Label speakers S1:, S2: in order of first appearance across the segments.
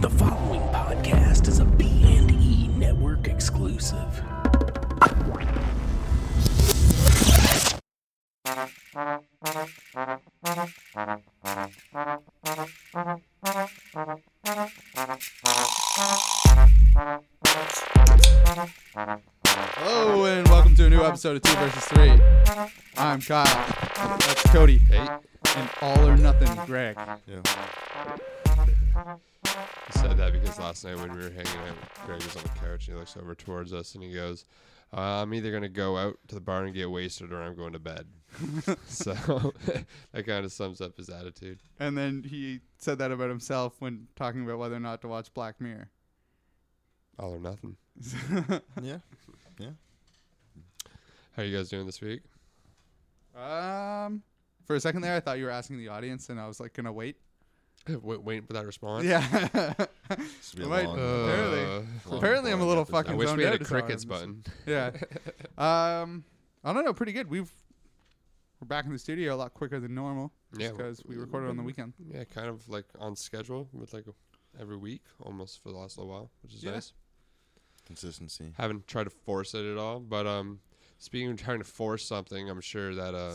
S1: The following podcast is a B&E network exclusive.
S2: Hello and welcome to a new episode of Two versus Three. I'm Kyle. That's Cody. Hey. And all or nothing, Greg.
S3: Yeah. I said that because last night when we were hanging out, Greg was on the couch and he looks over towards us and he goes, uh, I'm either going to go out to the bar and get wasted or I'm going to bed. so that kind of sums up his attitude.
S2: And then he said that about himself when talking about whether or not to watch Black Mirror.
S3: All or nothing.
S4: Yeah.
S3: How you guys doing this week?
S2: um, for a second there, I thought you were asking the audience, and I was like, gonna wait.
S3: Wait, waiting for that response.
S2: Yeah.
S4: be a
S2: Right.
S4: long-
S3: Uh,
S2: Apparently.
S3: long
S2: Apparently I'm a
S3: boring
S2: little
S3: episode.
S2: fucking
S3: I wish
S2: zoned
S3: we had
S2: out
S3: a
S2: this hour.
S3: crickets button.
S2: yeah. Um, I don't know. Pretty good. We've we're back in the studio a lot quicker than normal.
S3: Yeah, well,
S2: Because we recorded on the weekend.
S3: Yeah, kind of like on schedule with like every week almost for the last little while, which is
S2: Yeah.
S3: nice.
S4: Consistency.
S3: haven't tried to force it at all. But um, speaking of trying to force something, I'm sure that uh,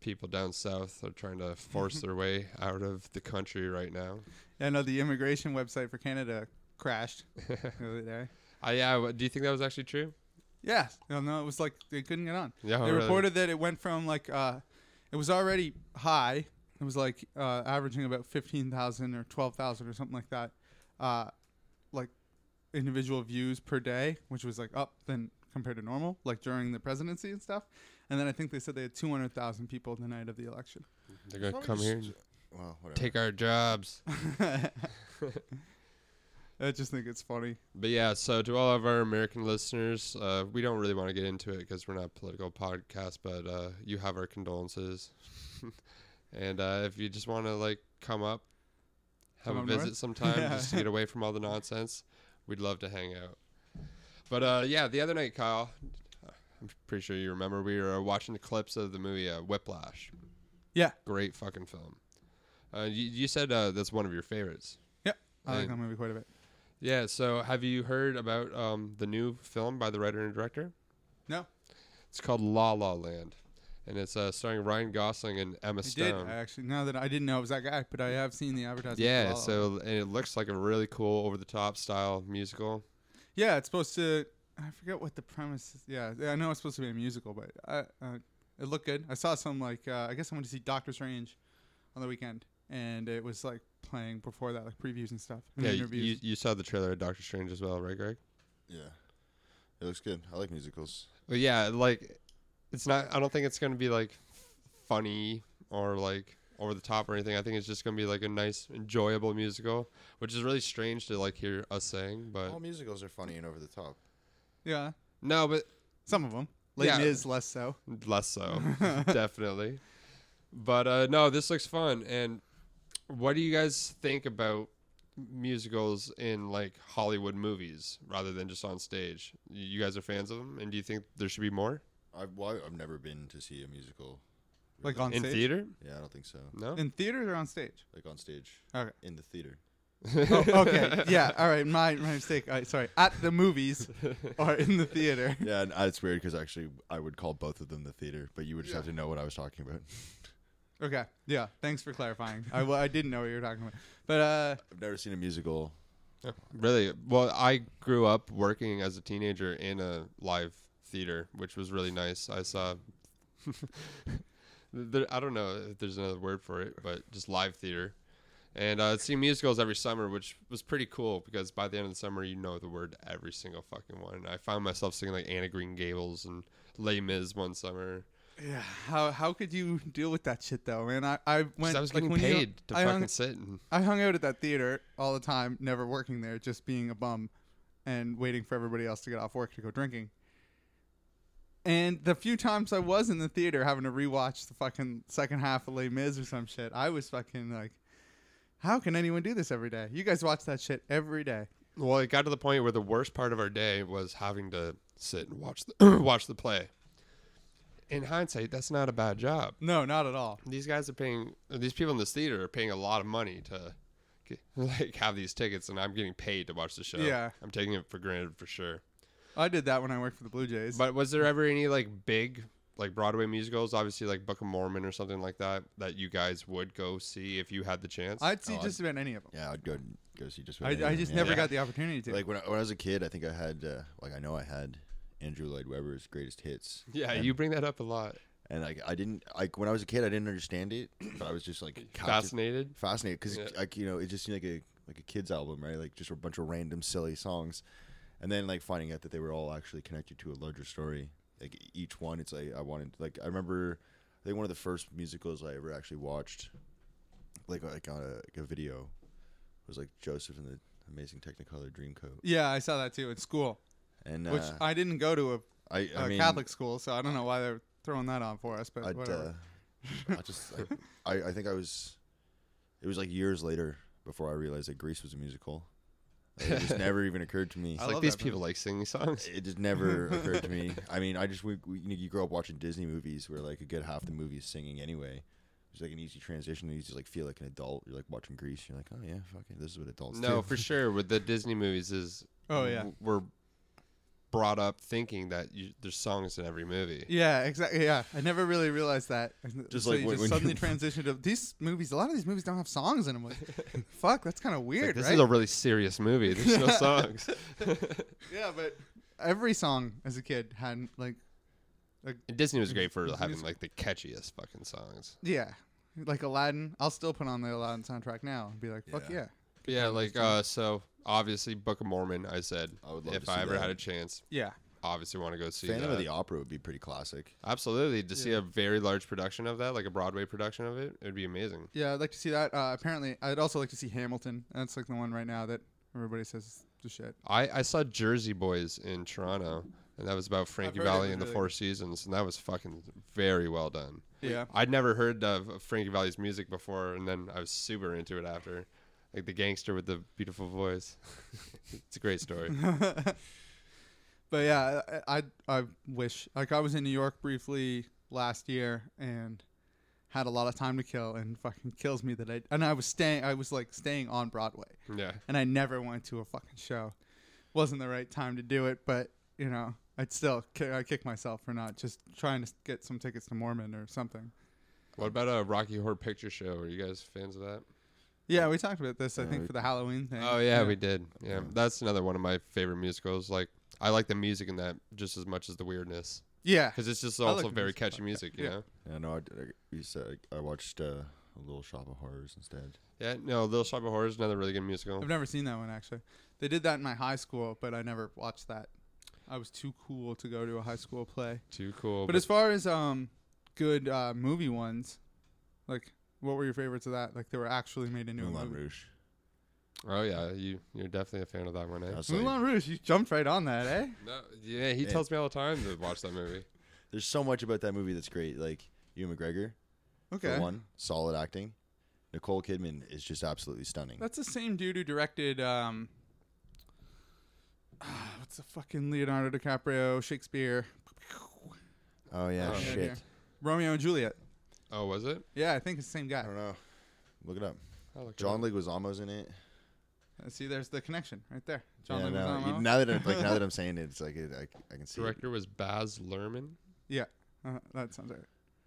S3: people down south are trying to force their way out of the country right now.
S2: I know the immigration website for Canada crashed the other day.
S3: I Uh, yeah, w- do you think that was actually true?
S2: Yeah, no, no, it was like they couldn't get on.
S3: Yeah,
S2: they
S3: really.
S2: reported that it went from like uh, it was already high. It was like uh, averaging about fifteen thousand or twelve thousand or something like that, uh, like individual views per day, which was like up than compared to normal, like during the presidency and stuff. And then I think they said they had two hundred thousand people the night of the election.
S3: They're gonna come here, and
S4: Well, whatever.
S3: take our jobs.
S2: I just think it's funny.
S3: But yeah, so to all of our American listeners, uh, we don't really want to get into it because we're not a political podcast, but uh, you have our condolences. and uh, if you just want to like come up, have
S2: Come up
S3: a visit
S2: north?
S3: sometime
S2: Yeah.
S3: just to get away from all the nonsense, we'd love to hang out. But uh, yeah, the other night, Kyle, I'm pretty sure you remember we were watching the clips of the movie uh, Whiplash.
S2: Yeah.
S3: Great fucking film. Uh, you, you said uh, that's one of your favorites.
S2: Yep, I like
S3: Hey.
S2: that movie quite a bit.
S3: Yeah. So, have you heard about um, the new film by the writer and director?
S2: No,
S3: It's called La La Land, and it's uh, starring Ryan Gosling and Emma
S2: I did.
S3: Stone.
S2: I actually now that I didn't know it was that guy, but I have seen the advertisement. for La
S3: um, yeah.
S2: La Land.
S3: So, and it looks like a really cool, over-the-top style musical.
S2: Yeah, it's supposed to. I forget what the premise. Is. Yeah, I know it's supposed to be a musical, but I, uh, it looked good. I saw some like uh, I guess I went to see Doctor Strange on the weekend, and it was like playing before that, like previews and stuff. And
S3: Yeah. You,
S2: interviews.
S3: you you saw the trailer of Doctor Strange as well, right, Greg?
S4: Yeah. It looks good. I like musicals.
S3: But yeah, like, it's not. I don't think it's gonna be like funny or like over the top or anything. I think it's just gonna be like a nice, enjoyable musical, which is really strange to like hear us saying. But
S2: Uh,
S4: All
S2: Um,
S4: musicals are funny and over the top.
S2: yeah,
S3: no, but
S2: some of them. Late
S3: Yeah.
S2: Mis less so.
S3: less so definitely but uh no this looks fun and what do you guys think about musicals in like hollywood movies rather than just on stage Y- you guys are fans of them and do you think there should be more
S4: I've well, I've never been to see a musical.
S2: Like on
S3: in
S2: stage.
S3: theater
S4: Yeah, I don't think so.
S3: no
S2: In theaters or on stage?
S4: Like on stage.
S2: Okay.
S4: In the theater.
S2: Oh, okay. Yeah. All right. My, my mistake. All right, sorry. At the movies or in the theater.
S4: Yeah, and uh, it's weird because actually I would call both of them the theater, but you would just have to know what I was talking about.
S2: Okay. Yeah. Thanks for clarifying. I, well, I didn't know what you were talking about. But uh,
S4: I've never seen a musical.
S3: really well i grew up working as a teenager in a live theater which was really nice i saw there, i don't know if there's another word for it but just live theater and uh, I'd see musicals every summer, which was pretty cool because by the end of the summer, you know the word to every single fucking one. And I found myself singing like Anna Green Gables and Les Mis one summer.
S2: Yeah, how how could you deal with that shit though, man? I I
S3: 'Cause
S2: went.
S3: I was
S2: like,
S3: getting
S2: when you-
S3: paid to
S2: I
S3: fucking
S2: hung,
S3: sit and
S2: I hung out at that theater all the time, never working there, just being a bum, and waiting for everybody else to get off work to go drinking. And the few times I was in the theater having to rewatch the fucking second half of Les Mis or some shit, I was fucking like, how can anyone do this every day? You guys watch that shit every day.
S3: Well, it got to the point where the worst part of our day was having to sit and watch the watch the play. In hindsight, that's not a bad job.
S2: No, not at all.
S3: These guys are paying; these people in this theater are paying a lot of money to like have these tickets and I'm getting paid to watch the show.
S2: Yeah.
S3: I'm taking it for granted for sure.
S2: I did that when I worked for the Blue Jays.
S3: But was there ever any like big like Broadway musicals, obviously like Book of Mormon or something like that, that you guys would go see if you had the chance?
S2: I'd see
S4: Oh,
S2: just about any of them.
S4: Yeah, I'd go go see
S2: I,
S4: just. about
S2: I
S4: anyone,
S2: just
S4: yeah.
S2: never
S3: Yeah.
S2: got the opportunity to.
S4: Like when I, when I was a kid, I think I had uh, like I know I had Andrew Lloyd Webber's Greatest Hits.
S3: yeah,
S4: and,
S3: you bring that up a lot.
S4: and like I didn't like when I was a kid, I didn't understand it, but I was just like captiv-
S3: Fascinated.
S4: fascinated because
S3: Yeah.
S4: like you know it just seemed like a like a kids album, right? Like just a bunch of random silly songs, and then like finding out that they were all actually connected to a larger story. Like each one, it's like I wanted like I remember I think one of the first musicals I ever actually watched, like like on a, like a video, was like Joseph and the Amazing Technicolor Dreamcoat,
S2: yeah, I saw that too at school,
S4: and uh,
S2: which I didn't go to a,
S4: I,
S2: a
S4: I mean,
S2: Catholic school, so I don't know why they're throwing that on for us. But
S4: I'd,
S2: whatever.
S4: uh, I just, I, I, I think I was, it was like years later before I realized that Greece was a musical. Like, it just never even occurred to
S2: I
S4: me.
S3: It's like
S2: love
S3: these
S2: that movie.
S3: people like singing songs.
S4: It just never occurred to me. I mean, I just we, we, you, know, you grow up watching Disney movies where like a good half the movie is singing anyway. It's like an easy transition. And you just like feel like an adult. You're like watching Greece. You're like, oh yeah, fucking, this is what adults do.
S3: No, for sure. With the Disney movies, is
S2: Oh, yeah.
S3: w- we're brought up thinking that you, there's songs in every movie.
S2: yeah, exactly. Yeah, I never really realized that.
S4: Just
S2: so
S4: like
S2: you
S4: when-
S2: just
S4: when
S2: suddenly
S4: you-
S2: transitioned to these movies. A lot of these movies don't have songs in them. Like, fuck, that's kind of
S3: Like,
S2: weird,
S3: this
S2: right?
S3: is a really serious movie. There's no songs.
S2: yeah, but every song as a kid had like
S3: And Disney was great for
S2: Disney
S3: having
S2: was-
S3: like the catchiest fucking songs.
S2: yeah, like Aladdin. I'll still put on the Aladdin soundtrack now and be like, fuck
S4: Yeah.
S2: yeah.
S3: But yeah, like uh, so obviously Book of Mormon. I said
S4: I would love
S3: if
S4: to see
S3: I ever
S4: that.
S3: had a chance,
S2: Yeah.
S3: obviously want to go see
S4: Phantom
S3: that.
S4: of the Opera would be pretty classic.
S3: Absolutely, to see a very large production of that, like a Broadway production of it, it would be amazing.
S2: Yeah, I'd like to see that. Uh, apparently, I'd also like to see Hamilton. That's like the one right now that everybody says is the shit.
S3: I, I saw Jersey Boys in Toronto, and that was about Frankie
S2: heard it
S3: Valley
S2: was
S3: and the
S2: really
S3: Four Seasons, and that was fucking very well done.
S2: Yeah.
S3: I'd never heard of Frankie Valley's music before, and then I was super into it after. Like the gangster with the beautiful voice. it's a great story.
S2: but yeah, I, I I wish like I was in New York briefly last year and had a lot of time to kill, and fucking kills me that I and I was staying. I was like staying on Broadway,
S3: yeah.
S2: and I never went to a fucking show. Wasn't the right time to do it, but you know, I'd still ki- I kick myself for not just trying to get some tickets to Mormon or something.
S3: What about a Rocky Horror Picture Show? Are you guys fans of that?
S2: Yeah, we talked about this. I
S4: Yeah,
S2: think
S4: we-
S2: for the Halloween thing.
S3: Oh yeah, we did. Yeah. that's another one of my favorite musicals. Like I like the music in that just as much as the weirdness,
S2: yeah.
S3: because it's just
S2: I like
S3: also
S2: the
S3: very
S2: music,
S3: catchy
S2: yeah.
S3: music. You
S2: Yeah.
S3: know.
S4: Yeah, no, I, I, you said, I watched uh, a Little Shop of Horrors instead.
S3: Yeah. No, Little Shop of Horrors is another really good musical.
S2: I've never seen that one actually. They did that in my high school, but I never watched that. I was too cool to go to a high school play.
S3: Too cool.
S2: But as far as um good uh, movie ones, like what were your favorites of that? Like they were actually made into a
S4: Moulin
S2: movie.
S4: Rouge.
S3: oh yeah, you you're definitely a fan of that one. Eh?
S4: I was like,
S2: Moulin Rouge, you jumped right on that, eh?
S3: No, yeah, he
S4: Yeah.
S3: tells me all the time to watch that movie.
S4: There's so much about that movie that's great. Like Ewan McGregor,
S2: Okay.
S4: for one, solid acting. Nicole Kidman is just absolutely stunning.
S2: That's the same dude who directed um what's the fucking Leonardo DiCaprio, Shakespeare,
S4: oh yeah,
S3: Oh.
S4: shit.
S2: Yeah. Romeo and Juliet.
S3: Oh, was it?
S2: Yeah, I think it's the same guy.
S4: I don't know. Look it up.
S3: I'll look it
S4: John
S3: up.
S4: Leguizamo's in it.
S2: Uh, See, there's the connection right there. John
S4: yeah, no,
S2: Leguizamo.
S4: you- now that I'm, like now that I'm saying it, it's like it, I, I can see. It.
S3: director was Baz Luhrmann.
S2: Uh, that sounds right.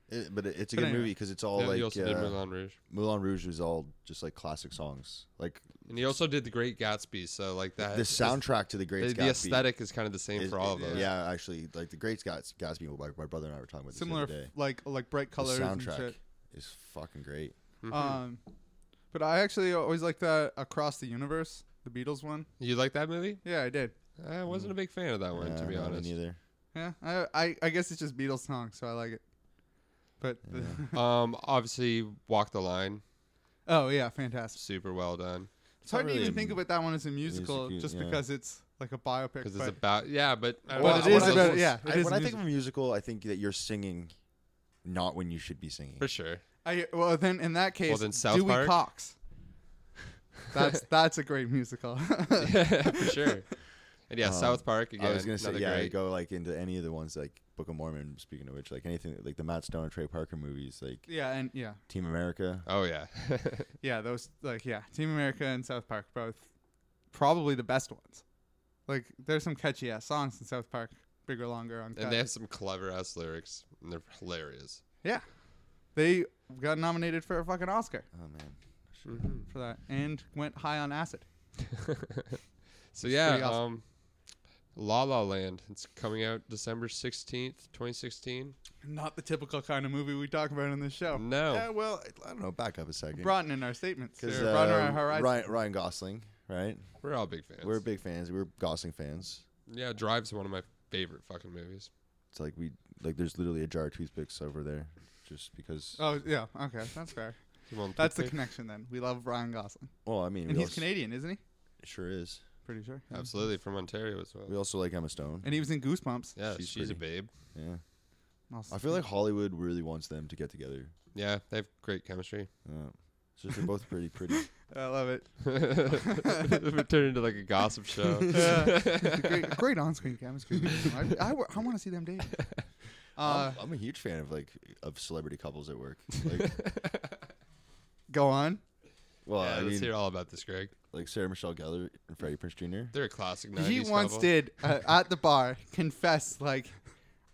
S4: It- but it, it's a
S2: But
S4: good
S2: anyway.
S4: movie because it's all
S3: yeah, he
S4: like
S3: also did
S4: uh,
S3: Moulin Rouge,
S4: Moulin Rouge is all just like classic songs. Like
S3: and he also did The Great Gatsby. So like that,
S4: the
S3: is-
S4: soundtrack to the
S3: the,
S4: Great
S3: the
S4: Gatsby
S3: aesthetic is kind of the same
S4: is-
S3: for all of them.
S4: Yeah, actually, like the Great Gats- Gatsby. My, my brother and I were talking about this
S2: Similar,
S4: the other day.
S2: f- like like bright colors
S4: the
S2: and
S4: soundtrack
S2: shit.
S4: is fucking great.
S3: Mm-hmm.
S2: Um, but I actually always liked that Across the Universe, the Beatles one.
S3: You like that movie?
S2: Yeah, I did.
S3: I wasn't a big fan of that one, to
S4: Uh,
S3: be
S4: no, me
S3: honest.
S4: neither.
S2: Yeah, I I, I guess it's just Beatles songs, so I like it. But the-
S3: um, obviously, Walk the Line,
S2: oh yeah, fantastic.
S3: super well done.
S2: It's hard to
S4: not really
S2: even
S4: a
S2: think
S4: m-
S2: about that one as a musical,
S4: musical,
S2: just
S4: yeah.
S2: because it's like a biopic.
S3: Because
S2: but
S3: it's about yeah, but I don't
S2: Well,
S3: know,
S2: it is
S3: one of
S2: about-
S3: those-
S2: yeah, it
S4: I,
S2: is
S4: when
S2: a
S4: I think of a musical, I think that you're singing, not when you should be singing.
S3: for sure.
S2: I, well, then in that case,
S3: then South
S2: Dewey
S3: Park?
S2: Cox. That's that's a great musical.
S3: for sure. And yeah,
S4: Um,
S3: South Park again.
S4: I was gonna say
S3: another
S4: yeah,
S3: great-
S4: go like into any of the ones like Book of Mormon. Speaking of which, like anything like the Matt Stone and Trey Parker movies, like
S2: Yeah, and yeah,
S4: Team America.
S3: Oh yeah.
S2: yeah, those like yeah, Team America and South Park both probably the best ones. Like there's some catchy ass songs in South Park, bigger, longer, on.
S3: and they have some clever ass lyrics, and they're hilarious.
S2: yeah, they got nominated for a fucking Oscar
S4: Oh man,
S2: for that and went high on acid.
S3: So yeah,
S2: pretty awesome.
S3: um, La La Land. It's coming out December sixteenth, twenty sixteen.
S2: Not the typical kind of movie we talk about on this show.
S4: Mm.
S3: No.
S4: Oh.
S2: Yeah, well,
S4: I don't know. Back up a second.
S2: broadening our statements.
S4: Because
S2: here, broadening our
S4: uh,
S2: horizon.
S4: Ryan, Ryan Gosling, right?
S3: We're all big fans.
S4: We're big fans. We're Gosling fans.
S3: yeah, Drive's one of my favorite fucking movies.
S4: It's like we like. There's literally a jar of toothpicks over there, just because.
S2: Oh yeah, okay, that's fair.
S3: You want
S2: That's the
S3: toothpick?
S2: connection then. We love Ryan Gosling,
S4: well, I mean,
S2: and
S4: we
S2: he's
S4: als-
S2: Canadian, isn't he?
S4: Sure is.
S2: Pretty sure. yeah.
S3: Absolutely from Ontario as well.
S4: We also like Emma Stone.
S2: And he was in Goosebumps.
S3: yeah, she's,
S4: she's
S3: a babe.
S4: Yeah.
S2: Also-
S4: I feel like Hollywood really wants them to get together.
S3: Yeah, they have great chemistry.
S4: Yeah. It's just they're both pretty pretty.
S2: I love it.
S3: it turned into like a gossip show.
S2: great, great on-screen chemistry. I, I, wa- I want to see them date. Uh,
S4: I'm, I'm a huge fan of like of celebrity couples at work. Like,
S2: go on.
S4: well,
S3: yeah,
S4: I
S3: let's
S4: mean,
S3: hear all about this, Greg.
S4: like Sarah Michelle Gellar and Freddie Prince Jr.
S3: They're a classic. 90s
S2: He once
S3: couple.
S2: did uh, at the bar confess like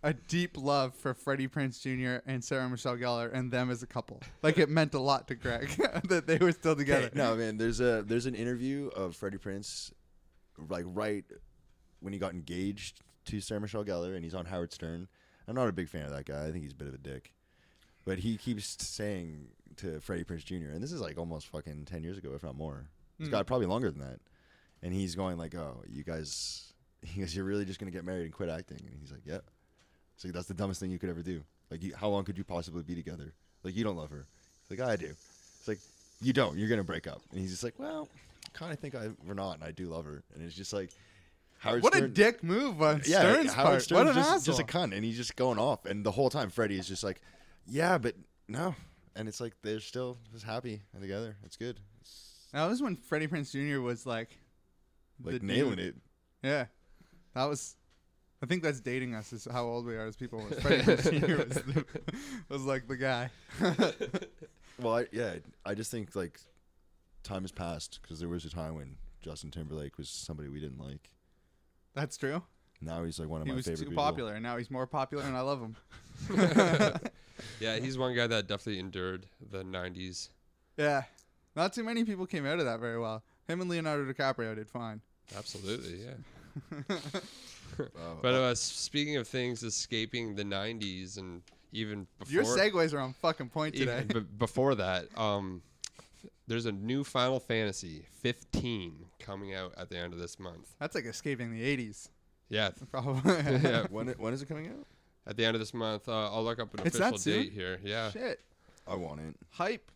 S2: a deep love for Freddie Prince Jr. and Sarah Michelle Gellar and them as a couple. Like it meant a lot to Greg that they were still together.
S4: No, man. There's a there's an interview of Freddie Prince, like right when he got engaged to Sarah Michelle Gellar, and he's on Howard Stern. I'm not a big fan of that guy. I think he's a bit of a dick, but he keeps saying to Freddie Prince Jr. and this is like almost fucking ten years ago, if not more. It's got probably longer than that. And he's going like, "Oh, you guys, he goes, you're really just gonna get married and quit acting?" And he's like, "Yep." It's like that's the dumbest thing you could ever do. Like, you, how long could you possibly be together? Like, you don't love her. It's like I do. It's like you don't. You're gonna break up. And he's just like, well, kind of think I we're not, and I do love her. And it's just like Howard.
S2: What a
S4: Stern-
S2: dick move on
S4: Yeah,
S2: Stern's
S4: Howard
S2: part.
S4: Stern
S2: what an
S4: just,
S2: asshole.
S4: just a cunt, and he's just going off. And the whole time, Freddie is just like, yeah, but no. And it's like they're still just happy and together. It's good. It's
S2: that was when Freddie Prince Jr. was like,
S4: like
S2: The
S4: nailing
S2: dude.
S4: it.
S2: yeah, that was. I think that's dating us is how old we are as people. Was Freddie Prinze Jr. was, the- was like the guy.
S4: Well, I, yeah, I just think like time has passed because there was a time when Justin Timberlake was somebody we didn't like.
S2: That's true.
S4: Now he's like one of
S2: He
S4: my
S2: was too
S4: favorite. people.
S2: popular, and now he's more popular, and I love him.
S3: Yeah, he's one guy that definitely endured the '90s.
S2: Yeah. Not too many people came out of that very well. Him and Leonardo DiCaprio did fine.
S3: Absolutely, yeah.
S4: Wow.
S3: But
S2: Oh.
S3: uh, s- speaking of things escaping the '90s and even before,
S2: Your segues are on fucking point today.
S3: even b- before that, um, there's a new Final Fantasy 15 coming out at the end of this month.
S2: That's like escaping the 80s,
S3: Yeah,
S2: probably.
S3: yeah.
S4: when it- when is it coming out?
S3: At the end of this month, uh, I'll look up an
S2: It's that
S3: official
S2: soon?
S3: date here. Yeah,
S2: Shit.
S4: I want it.
S2: Hype.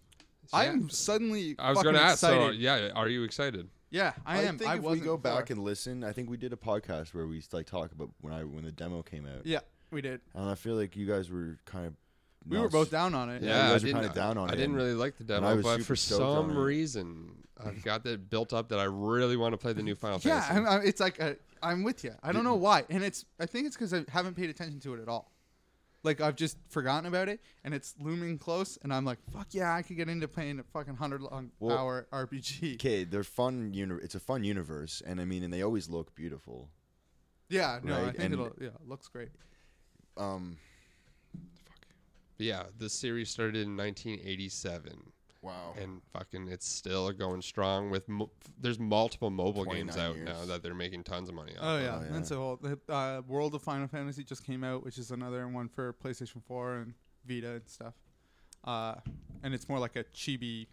S2: I'm suddenly
S3: I was
S2: fucking
S3: gonna ask.
S2: excited.
S3: So, yeah, are you excited?
S2: yeah, I, am.
S4: think
S2: I
S4: if we
S2: wasn't
S4: go back
S2: before.
S4: and listen, I think we did a podcast where we like talk about when I when the demo came out.
S2: Yeah, we did.
S4: And I feel like you guys were kind of.
S2: We were both down on it.
S4: Yeah. you
S3: I
S4: guys were
S3: didn't-
S4: kinda down on
S3: I
S4: it,
S3: didn't
S4: and-
S3: really like the
S4: I
S3: demo,
S4: was
S3: but
S4: super
S3: for
S4: stoked on
S3: some
S4: it. Mm-hmm.
S3: reason, I've got that built up that I really want to play the new Final
S2: Yeah,
S3: Fantasy.
S4: uh
S2: I'm, I'm, it's like i I'm with you. I don't know why, and it's I think it's because I haven't paid attention to it at all. Like I've just forgotten about it, and it's looming close, and I'm like, fuck yeah, I could get into playing a fucking hundred long
S4: Well,
S2: hour RPG.
S4: Okay, they're fun. Uni- it's a fun universe, and I mean, and they always look beautiful.
S2: yeah, no, I
S4: right,
S2: think
S4: and-
S2: it'll yeah, it looks great.
S4: Um,
S3: But yeah, the series started in 1987.
S4: wow.
S3: and fucking it's still going strong with mo- there's multiple mobile games
S4: 29
S3: out
S4: years.
S3: now that they're making tons of money
S2: Oh
S3: on.
S2: yeah,
S4: yeah.
S2: and so the uh, World of Final Fantasy just came out, which is another one for PlayStation 4 and Vita and stuff. Uh, and it's more like a chibi,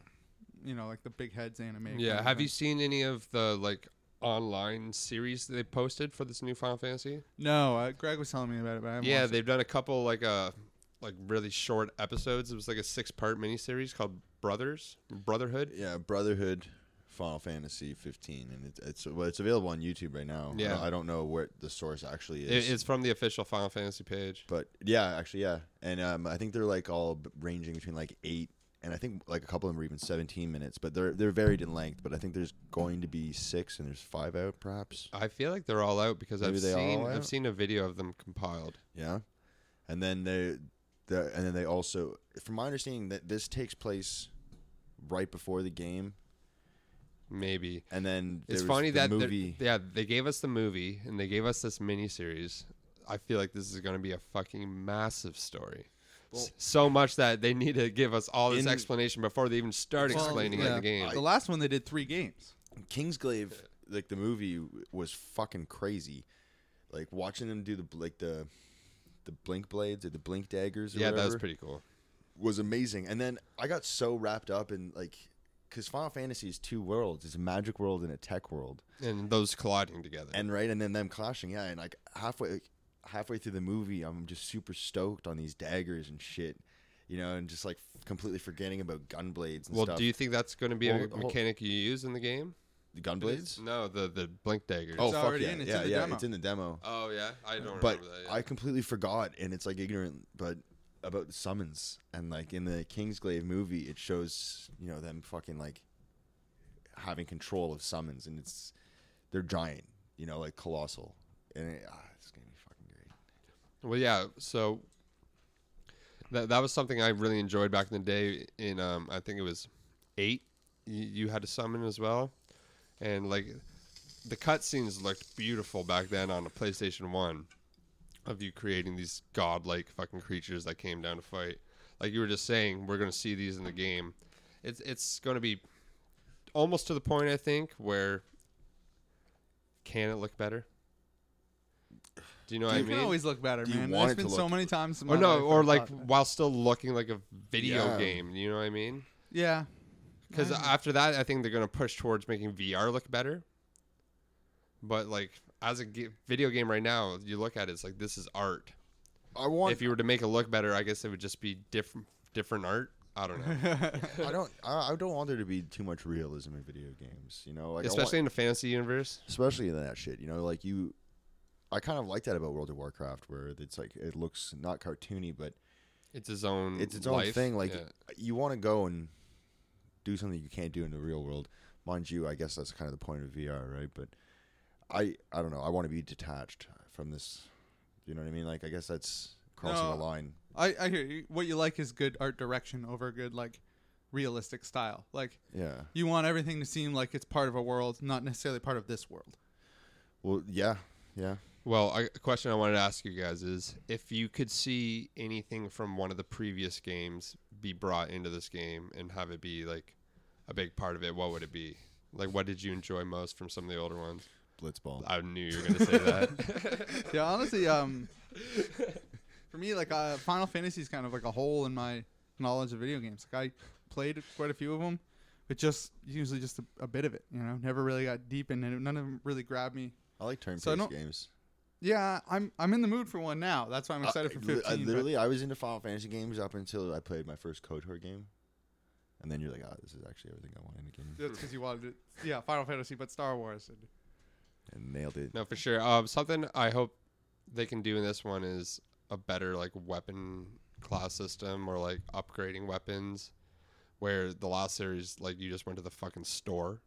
S2: you know, like the big heads anime. kind
S3: yeah,
S2: of
S3: have you
S2: thing.
S3: seen any of the like online series that they posted for this new Final Fantasy?
S2: No, uh, Greg was telling me about it, but I haven't
S3: yeah,
S2: watched it.
S3: they've done a couple like uh like really short episodes. It was like a six part miniseries called Brothers Brotherhood.
S4: Yeah, Brotherhood, Final Fantasy 15, and it's it's well, it's available on YouTube right now. I
S3: Yeah.
S4: don't- I don't know where the source actually
S3: It,
S4: is.
S3: it's from the official Final Fantasy page.
S4: but yeah, actually, yeah, and um, I think they're like all b- ranging between like eight and I think like a couple of them are even 17 minutes, but they're they're varied in length. But I think there's going to be six, and there's five out perhaps.
S3: I feel like they're all out because
S4: Maybe
S3: I've
S4: they all
S3: seen I've
S4: out?
S3: seen a video of them compiled.
S4: Yeah, and then they, they and then they also, from my understanding, that this takes place right before the game,
S3: Maybe
S4: and then
S3: it's
S4: there's
S3: funny
S4: the
S3: that they're-
S4: movie.
S3: yeah they gave us the movie and they gave us this miniseries. I feel like this is going to be a fucking massive story. S- so much that they need to give us all this
S4: In-
S3: explanation before they even start
S2: Well,
S3: explaining it in
S2: yeah.
S3: the game.
S2: The last one they did three games.
S4: Kingsglaive, like the movie w- was fucking crazy. Like watching them do the bl- like the the blink blades or the blink daggers. Or
S3: yeah, that was
S4: whatever
S3: pretty cool.
S4: was amazing. And then I got so wrapped up in like because Final Fantasy is two worlds. It's a magic world and a tech world.
S3: And those colliding together.
S4: And right, and then them clashing. Yeah, and like halfway like, halfway through the movie, I'm just super stoked on these daggers and shit. You know, and just like completely forgetting about gun blades and
S3: well,
S4: stuff.
S3: do you think that's going to be a
S4: Hold- hold-
S3: mechanic you use in the game?
S4: the gun blades?
S3: No, the the blink daggers.
S4: Oh fuck
S2: already
S4: yeah,
S2: in, it's in
S4: yeah,
S2: the
S4: yeah.
S2: demo.
S4: It's in the demo.
S3: Oh yeah, I don't
S4: but
S3: remember that.
S4: I completely forgot, and it's like ignorant, but about the summons and like in the Kingsglaive movie, it shows you know them fucking like having control of summons, and it's they're giant, you know, like colossal, and it, ah, it's gonna be fucking great.
S3: Well, yeah. So that that was something I really enjoyed back in the day. In um, I think it was eight. You, you had to summon as well, and like the cutscenes looked beautiful back then on a PlayStation One, of you creating these godlike fucking creatures that came down to fight. Like you were just saying, we're gonna see these in the game. It's it's gonna be almost to the point I think where can it look better? Do you know what I
S2: you
S3: mean?
S2: can always look better,
S4: Do you
S2: man.
S4: want
S2: There's
S4: it to
S2: been so
S4: look-
S2: many times. in
S3: Or
S2: my
S3: no,
S2: life
S3: or
S2: I've
S3: like
S2: thought-
S3: while still looking like a video
S4: Yeah.
S3: game. You know what I mean?
S2: yeah,
S3: Because
S2: I know.
S3: after that, I think they're gonna push towards making VR look better. But like as a ge- video game right now, you look at it, it's like this is art.
S4: I want.
S3: If you were to make it look better, I guess it would just be different different art. I don't know,
S4: I don't. I, I don't want there to be too much realism in video games. You know, like I want-
S3: especially in the fantasy universe.
S4: especially in that shit. You know, like you, I kind of like that about World of Warcraft, where it's like it looks not cartoony, but
S3: It's its own.
S4: it's its own
S3: life,
S4: thing. Like
S3: yeah.
S4: you want to go and do something you can't do in the real world, mind you. I guess that's kind of the point of VR, right? But I, I don't know. I want to be detached from this. You know what I mean? Like I guess that's crossing
S2: No.
S4: a line.
S2: I, I hear you. What you like is good art direction over good like realistic style. Like
S4: Yeah.
S2: you want everything to seem like it's part of a world, not necessarily part of this world.
S4: Well, yeah, yeah.
S3: Well, I, a question I wanted to ask you guys is if you could see anything from one of the previous games be brought into this game and have it be like a big part of it, what would it be? Like, what did you enjoy most from some of the older ones?
S4: Blitzball.
S3: I knew you were going to say that.
S2: Yeah, honestly, um, for me, like uh, Final Fantasy is kind of like a hole in my knowledge of video games. Like I played quite a few of them, but just usually just a, a bit of it. You know, never really got deep in it. None of them really grabbed me.
S4: I like turn-based
S2: So I don't-
S4: games.
S2: Yeah, I'm I'm in the mood for one now. That's
S3: Uh,
S2: why I'm excited
S4: I-
S2: for
S4: li-
S2: 15.
S4: I,
S2: but-
S4: literally, I was into Final Fantasy games up until I played my first KOTOR game, and then you're like, ah, this is actually everything I want in a game,
S2: That's because you wanted it. Yeah, Final Fantasy, but Star Wars. And
S4: and nailed it.
S3: no, for sure. Um, something I hope they can do in this one is a better like weapon class system or like upgrading weapons where the last series like you just went to the fucking store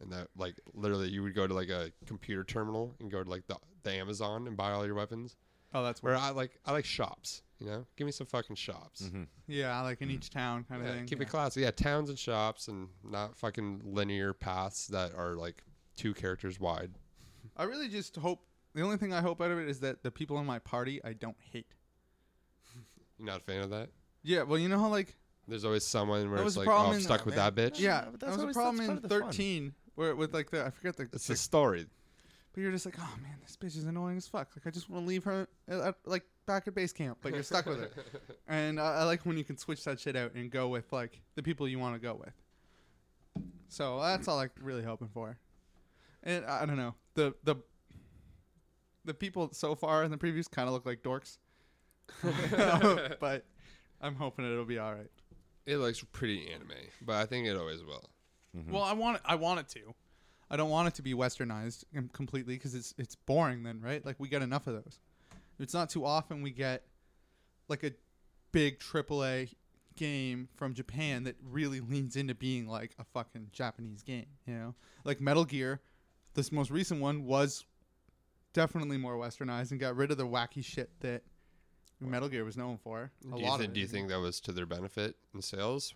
S3: and that like literally you would go to like a computer terminal and go to like the, the amazon and buy all your weapons
S2: oh, that's
S3: where i like i like shops you know give me some fucking shops
S2: yeah, like in each town kind of
S3: yeah,
S2: thing.
S3: keep
S2: yeah.
S3: it classy yeah towns and shops and not fucking linear paths that are like two characters wide
S2: I really just hope the only thing I hope out of it is that the people in my party I don't hate.
S3: you're not a fan of that
S2: Yeah, well, you know how like
S3: there's always someone where
S2: That was
S3: it's
S2: a
S3: like oh,
S2: problem
S3: i'm
S2: in-
S3: stuck
S2: oh,
S3: with that
S4: man.
S3: bitch
S2: yeah,
S4: but that's
S2: that was
S4: always-
S2: a problem
S4: that's
S2: in
S4: part of the fun.
S2: 13 where it was like the I forget the
S3: it's
S2: chick,
S3: a story
S2: but you're just like oh man this bitch is annoying as fuck like I just want to leave her uh, at, like back at base camp but you're stuck with her and I, I like when you can switch that shit out and go with like the people you want to go with. So that's all I'm really hoping for, and I I don't know the the the people so far in the previews kind of look like dorks, but I'm hoping it'll be all right.
S3: It looks pretty anime, but I think it always will. Mm-hmm.
S2: Well, I want it, I want it to. I don't want it to be westernized com- completely because it's it's boring then, right? Like we get enough of those. It's not too often we get like a big AAA game from Japan that really leans into being like a fucking Japanese game, you know? Like Metal Gear, this most recent one was definitely more westernized and got rid of the wacky shit that Metal Gear was known for. A
S3: do, you
S2: lot
S3: thi-
S2: of it,
S3: do you
S2: know?
S3: think that was to their benefit in sales?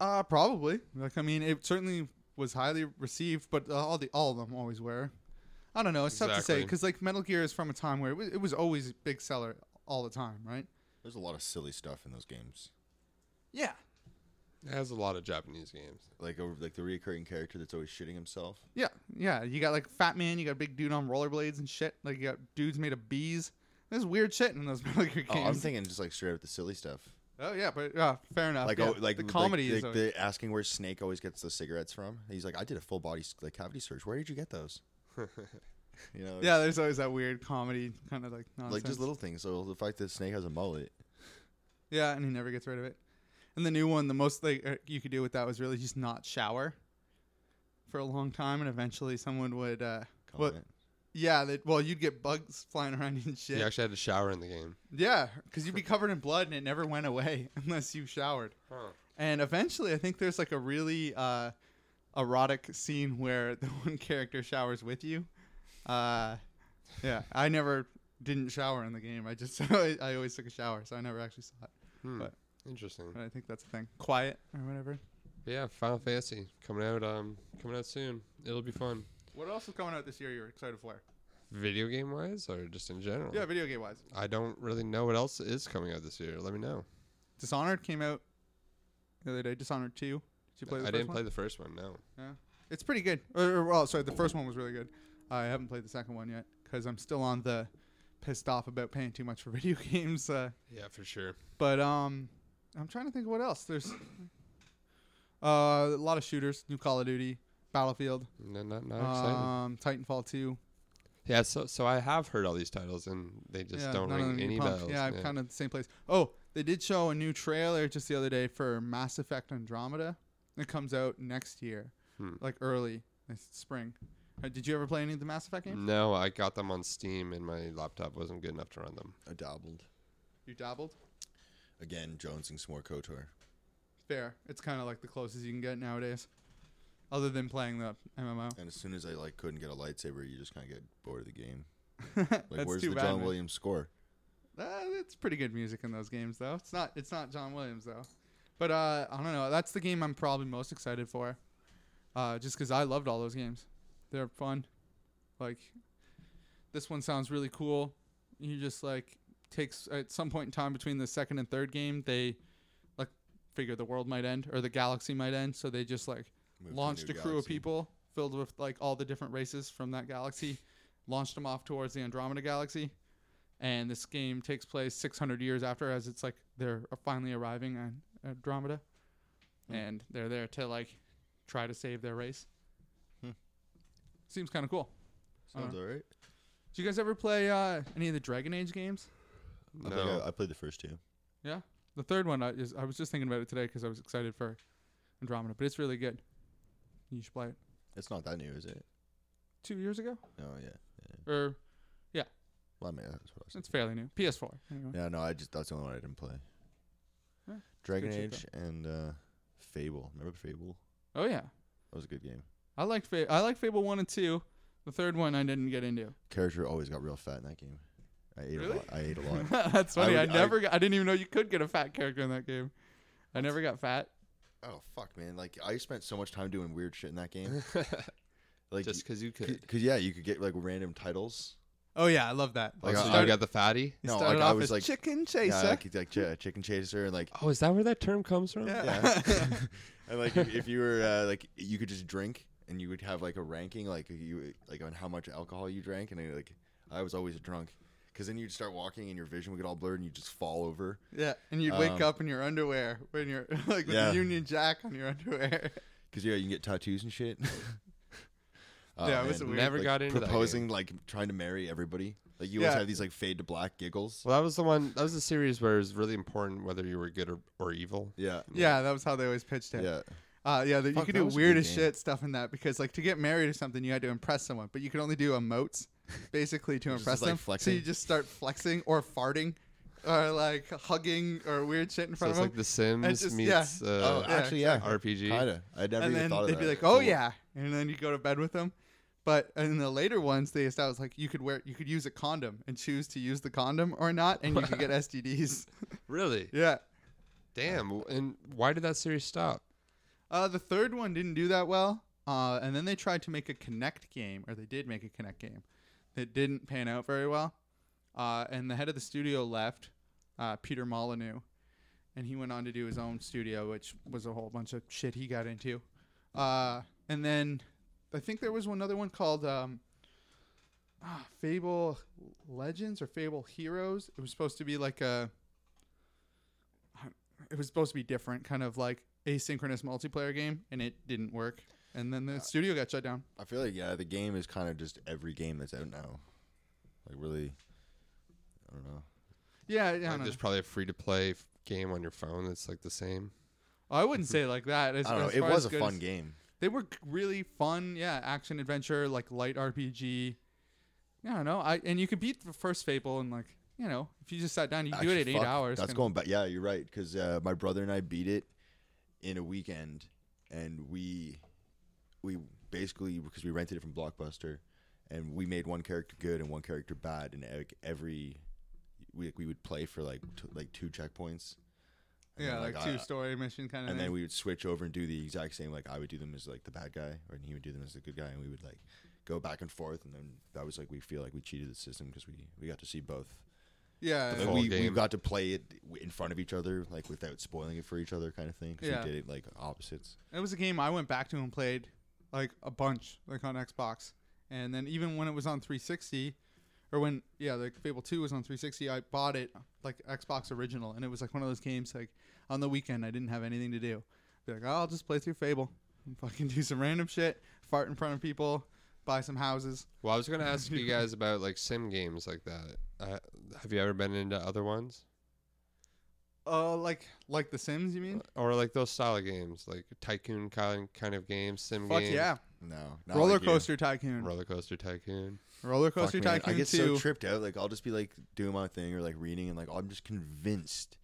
S2: Uh, probably. Like, I mean, it certainly was highly received, but uh, all the all of them always were. I don't know. It's tough to say
S3: Exactly.
S2: because like Metal Gear is from a time where it was, it was always a big seller all the time, right?
S4: There's a lot of silly stuff in those games.
S2: Yeah.
S3: It has a lot of Japanese games.
S4: Like over like the reoccurring character that's always shitting himself.
S2: Yeah, yeah. You got like Fat Man. You got a big dude on rollerblades and shit. Like you got dudes made of bees. There's weird shit in those Metal Gear games.
S4: Oh, I'm thinking just like straight up the silly stuff.
S2: Oh, yeah, but uh, fair enough.
S4: Like
S2: yeah.
S4: oh, like
S2: the comedy
S4: like,
S2: is.
S4: like
S2: always-
S4: the asking where Snake always gets the cigarettes from. He's like, I did a full body s- like cavity search. Where did you get those? you know,
S2: yeah, there's always that weird comedy kind of like nonsense.
S4: like just little things. So the fact that Snake has a mullet.
S2: Yeah, and he never gets rid of it. And the new one, the most like uh, you could do with that was really just not shower for a long time, and eventually someone would. Uh,
S4: Call
S2: well,
S4: it.
S2: yeah, that well, you'd get bugs flying around you and shit.
S3: You actually had to shower in the game.
S2: Yeah, because you'd be covered in blood and it never went away unless you showered. And eventually, I think there's like a really uh, erotic scene where the one character showers with you. Uh, yeah, I never didn't shower in the game. I just I, I always took a shower, so I never actually saw it.
S3: Hmm.
S2: But-
S3: Interesting.
S2: But I think that's a thing. Quiet or whatever.
S3: Yeah, Final Fantasy coming out. Um, coming out soon. It'll be fun.
S2: What else is coming out this year you're excited for?
S3: Video game wise, or just in general.
S2: Yeah, video game wise.
S3: I don't really know what else is coming out this year. Let me know.
S2: Dishonored came out the other day. Dishonored 2. Did you play the
S3: I
S2: first
S3: didn't
S2: one?
S3: play the first one. No.
S2: It's pretty good. Or, or, well, sorry, the first one was really good. I haven't played the second one yet because I'm still on the pissed off about paying too much for video games. Uh,
S3: Yeah, for sure.
S2: but um, I'm trying to think of what else. There's uh, a lot of shooters. New Call of Duty, Battlefield,
S3: No, not not excited.
S2: um, Titanfall 2.
S3: Yeah, so so I have heard all these titles and they just
S2: yeah,
S3: don't
S2: none of
S3: ring
S2: them you
S3: any
S2: pumped.
S3: bells.
S2: Yeah, I'm kind of the same place. Oh, they did show a new trailer just the other day for Mass Effect Andromeda. It comes out next year,
S3: Hmm.
S2: like early this spring. Uh, did you ever play any of the Mass Effect games?
S3: No, I got them on Steam and my laptop wasn't good enough to run them.
S4: I dabbled
S2: You dabbled.
S4: again, jonesing some more Kotor.
S2: Fair. It's kind of like the closest you can get nowadays, other than playing the MMO.
S4: And as soon as I like couldn't get a lightsaber, you just kind of get bored of the game. Like,
S2: That's
S4: where's
S2: too
S4: the
S2: bad.
S4: John
S2: man.
S4: Williams score?
S2: Uh, it's pretty good music in those games, though. It's not. It's not John Williams, though. But uh, I don't know. That's the game I'm probably most excited for, uh, just because I loved all those games. They're fun. Like, this one sounds really cool. You just like takes at some point in time between the second and third game, they like figure the world might end or the galaxy might end, so they just like
S4: Move to
S2: launched a,
S4: new
S2: crew of
S4: galaxy.
S2: people filled with like all the different races from that galaxy, launched them off towards the Andromeda galaxy, and this game takes place 600 years after, as it's like they're uh, finally arriving on Andromeda, and they're there to like try to save their race.
S4: Hmm.
S2: Seems kind of cool.
S4: Sounds
S2: Uh,
S4: all right.
S2: Did you guys ever play uh, any of the Dragon Age games?
S4: I,
S3: No.
S4: think I, I played the first two.
S2: Yeah, the third one I, is. I was just thinking about it today because I was excited for Andromeda, but it's really good. You should play it.
S4: It's not that new, is it?
S2: Two years ago,
S4: Oh yeah.
S2: or
S4: Well, I mean, that's what I was
S2: It's fairly new. PS4. Anyway.
S4: Yeah, no, I just that's the only one I didn't play.
S2: Yeah,
S4: Dragon
S2: good shit,
S4: Age and uh, Fable. Remember Fable?
S2: Oh yeah,
S4: That was a good game.
S2: I like Fa- I like Fable one and two. The third one I didn't get into.
S4: Character always got real fat in that game. I ate a
S2: Really?
S4: lot. I ate a lot.
S2: That's funny. I,
S4: would- I-
S2: never. got, I didn't even know you could get a fat character in that game. I never got fat.
S4: oh fuck, man! Like I spent so much time doing weird shit in that game. Like
S3: Just because you could.
S4: because yeah, you could get like random titles.
S2: Oh yeah, I love that.
S4: Like,
S3: also,
S4: I-
S3: you got the fatty.
S4: No, like I was like
S2: chicken
S4: yeah,
S2: chaser.
S4: like, like ch- chicken chaser and like
S3: Oh, is that where that term comes from?
S2: Yeah.
S4: yeah. and like if, if you were uh, like you could just drink and you would have like a ranking like you like on how much alcohol you drank and I, like I was always drunk because then you'd start walking and your vision would get all blurred and you'd just fall over.
S2: yeah, and you'd wake
S4: Um,
S2: up in your underwear when you're like with
S4: Yeah.
S2: the Union Jack on your underwear.
S4: Because yeah, you can get tattoos and shit. Oh,
S2: Yeah, it was
S4: man.
S2: a weird-
S3: Never
S4: Like,
S3: got into that game.
S4: proposing like trying to marry everybody. Like you always
S2: Yeah.
S4: have these like fade to black giggles.
S3: Well, that was the one. That was the series where it was really important whether you were good or, or evil.
S4: Yeah,
S2: yeah, that was how they always pitched it.
S4: yeah.
S2: Uh, yeah, that you
S4: Fuck,
S2: could
S4: that
S2: do
S4: was a
S2: weird
S4: good
S2: as
S4: game.
S2: shit stuff in that because like to get married or something, you had to impress someone, but you could only do emotes basically to
S4: Just,
S2: impress
S4: like,
S2: them. So
S4: flexing.
S2: you just start flexing or farting or like hugging or weird shit in
S3: So
S2: front
S3: it's
S2: of
S3: like
S2: them.
S3: The Sims
S2: just- yeah.
S3: meets
S4: Oh,
S3: uh,
S2: yeah,
S4: actually, yeah.
S3: RPG.
S4: Kinda. I never
S2: and
S4: even
S2: then
S4: thought of
S2: they'd
S4: that.
S2: be like,
S4: That's
S2: "Oh
S4: cool.
S2: yeah," and then you go to bed with them. But in the later ones, they established like you could wear, you could use a condom and choose to use the condom or not, and you could get STDs.
S3: Really?
S2: yeah.
S3: Damn. w- And why did that series stop?
S2: Uh, the third one didn't do that well. Uh, and then they tried to make a Connect game, or they did make a Connect game that didn't pan out very well. Uh, and the head of the studio left, uh, Peter Molyneux, and he went on to do his own studio, which was a whole bunch of shit he got into. Uh, and then I think there was another one called um, ah, Fable Legends or Fable Heroes. It was supposed to be like a it was supposed to be different, kind of like asynchronous multiplayer game, and it didn't work. And then
S4: Uh,
S2: the studio got shut down.
S4: I feel like yeah, the game is kind of just every game that's out now. Like really, I don't know.
S2: Yeah, yeah, I,
S3: Like,
S2: don't know.
S3: there's probably a free to play game on your phone that's like the same.
S2: Oh, I wouldn't say like that. As,
S4: I don't know.
S2: as
S4: It
S2: far
S4: was
S2: as
S4: a
S2: good
S4: fun
S2: as-
S4: game.
S2: They were g- really fun. Yeah, action adventure, like light RPG. Yeah, I don't know. I and you could beat the first Fable and like you know if you just sat down, you could do it
S4: Actually,
S2: at eight
S4: fuck,
S2: hours.
S4: That's
S2: kinda.
S4: going back. Yeah, you're right. Because uh, my brother and I beat it in a weekend, and we we basically because we rented it from Blockbuster, and we made one character good and one character bad, and like every we we would play for like t- like two checkpoints. And
S2: Yeah,
S4: then,
S2: like,
S4: I-
S2: two story mission kind of.
S4: and
S2: thing.
S4: then we would switch over and do the exact same. Like I would do them as like the bad guy, or and he would do them as the good guy, and we would like go back and forth. And then that was like we feel like we cheated the system because we we got to see both.
S2: yeah,
S4: Like
S3: full
S4: we, we
S3: game.
S4: got to play it w- in front of each other, like without spoiling it for each other, kind of thing. 'cause
S2: Yeah.
S4: we did it like opposites.
S2: It was a game I went back to and played like a bunch, like on Xbox. And then even when it was on 360, or when yeah, like Fable 2 was on 360, I bought it like Xbox original, and it was like one of those games like on the weekend I didn't have anything to do. Be like, oh, I'll just play through Fable and fucking do some random shit, fart in front of people, buy some houses.
S3: Well, I was gonna ask you guys about like sim games like that. Uh, have you ever been into other ones
S2: Uh, like like The Sims, you mean?
S3: Uh, or like those style of games, like tycoon kind kind of games, sim
S2: Fuck
S3: games?
S2: yeah,
S4: No, Uh, not
S2: Roller
S4: like you.
S2: Coaster Tycoon,
S3: Roller Coaster Tycoon.
S2: Roller
S4: Fuck,
S2: Coaster
S4: man,
S2: Tycoon
S4: I get
S2: 2.
S4: so tripped out. Like I'll just be like doing my thing or like reading, and like I'm just convinced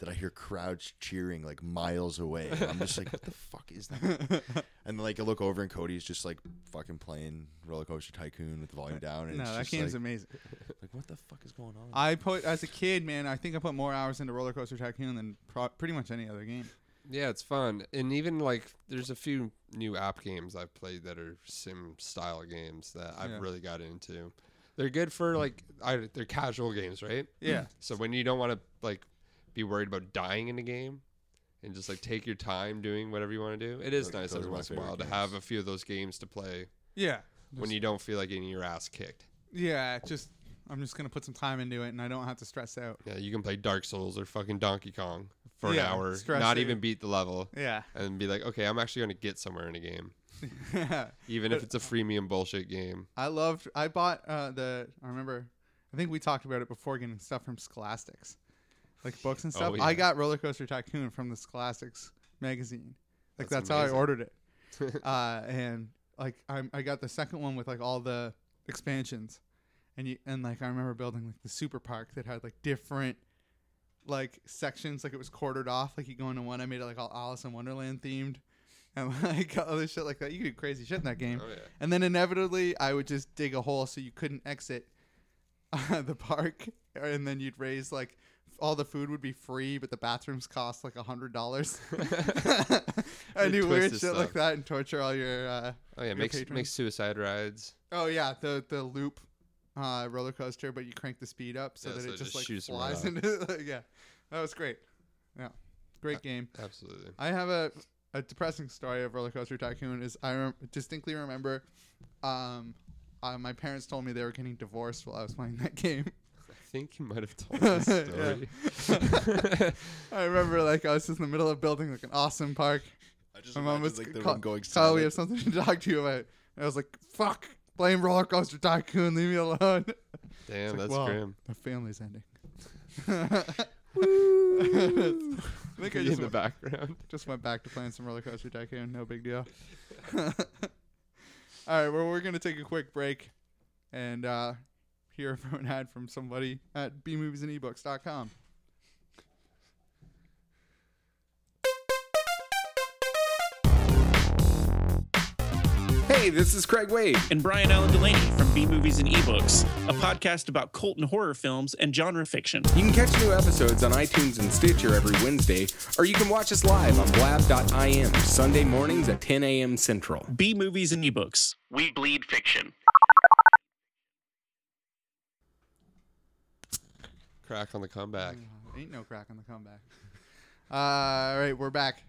S4: that I hear crowds cheering like miles away. And I'm just like, what the fuck is that? And then like I look over and Cody's just like fucking playing Roller Coaster Tycoon with the volume down. And
S2: no,
S4: it's
S2: that
S4: just,
S2: game's
S4: like,
S2: amazing.
S4: like, what the fuck is going on?
S2: I put as a kid, man. I think I put more hours into Roller Coaster Tycoon than pro- pretty much any other game.
S3: Yeah, it's fun, and even like there's a few new app games I've played that are sim style games that I've
S2: Yeah.
S3: really got into. They're good for like I, they're casual games, right?
S2: Yeah.
S3: So when you don't want to like be worried about dying in a game, and just like take your time doing whatever you want to do, it is
S4: Those-
S3: nice
S4: those
S3: every
S4: are my
S3: once in a while
S4: favorite
S3: to have a
S4: games.
S3: few of those games to play
S2: Yeah,
S3: when you don't feel like getting your ass kicked.
S2: yeah. Just I'm just gonna put some time into it, and I don't have to stress out.
S3: Yeah, you can play Dark Souls or fucking Donkey Kong for an
S2: Yeah,
S3: hour,
S2: stress
S3: not
S2: it.
S3: even beat the level,
S2: Yeah,
S3: and be like, okay, I'm actually going to get somewhere in a game, even if it's a freemium bullshit game.
S2: I loved. I bought uh, the. I remember. I think we talked about it before getting stuff from Scholastics, like books and stuff.
S3: Oh, yeah.
S2: I got Roller Coaster Tycoon from the Scholastics magazine. Like that's,
S3: That's
S2: how I
S3: amazing.
S2: ordered it. uh, and like I, I got the second one with like all the expansions, and you and like I remember building like the super park that had like different like sections, like it was quartered off. Like you go into one, I made it like all Alice in Wonderland themed, and like other shit like that. You could do crazy shit in that game.
S3: Oh yeah.
S2: And then inevitably, I would just dig a hole so you couldn't exit uh, the park, and then you'd raise like all the food would be free, but the bathrooms cost like a hundred dollars. I
S3: You
S2: do
S3: twist
S2: weird shit
S3: this
S2: like
S3: up.
S2: that and torture all your. Uh,
S3: Oh yeah, make, s-
S2: patron.
S3: make suicide rides.
S2: oh yeah, the the loop uh, roller coaster, but you crank the speed up so
S3: Yeah,
S2: that
S3: so
S2: it
S3: it
S2: just,
S3: just
S2: like
S3: shoots them right
S2: flies
S3: off.
S2: into. yeah, that was great. Yeah,
S3: Uh,
S2: great game.
S3: Absolutely.
S2: I have a, a depressing story of Roller Coaster Tycoon. Is I rem- distinctly remember, um, uh, my parents told me they were getting divorced while I was playing that game.
S3: I think you might have told this story.
S2: I remember like I was just in the middle of building like an awesome park.
S4: I just
S2: My mom
S4: imagine,
S2: was
S4: like the
S2: "Kyle-
S4: room going
S2: Kyle, we have
S4: silent.
S2: something to talk to you about. And I was like, fuck, blame Roller Coaster Tycoon, leave me alone.
S3: Damn,
S2: like,
S3: that's
S2: wow.
S3: grim.
S2: My family's ending. I think I
S3: In
S2: just
S3: the
S2: went-
S3: background.
S2: Just went back to playing some Roller Coaster Tycoon. No big deal. All right, well, we're going to take a quick break. And uh, Here for an ad from somebody at E bmoviesandebooks.com.
S5: Hey, this is Craig Wade.
S6: and Brian Allen Delaney from B Movies and Ebooks, a podcast about cult and horror films and genre fiction.
S5: You can catch new episodes on iTunes and Stitcher every Wednesday, or you can watch us live on blab.im Sunday mornings at 10 a.m. Central.
S6: B Movies and E Ebooks. We bleed fiction.
S3: Crack on the comeback.
S2: Ain't no crack on the comeback. Uh, all right, we're back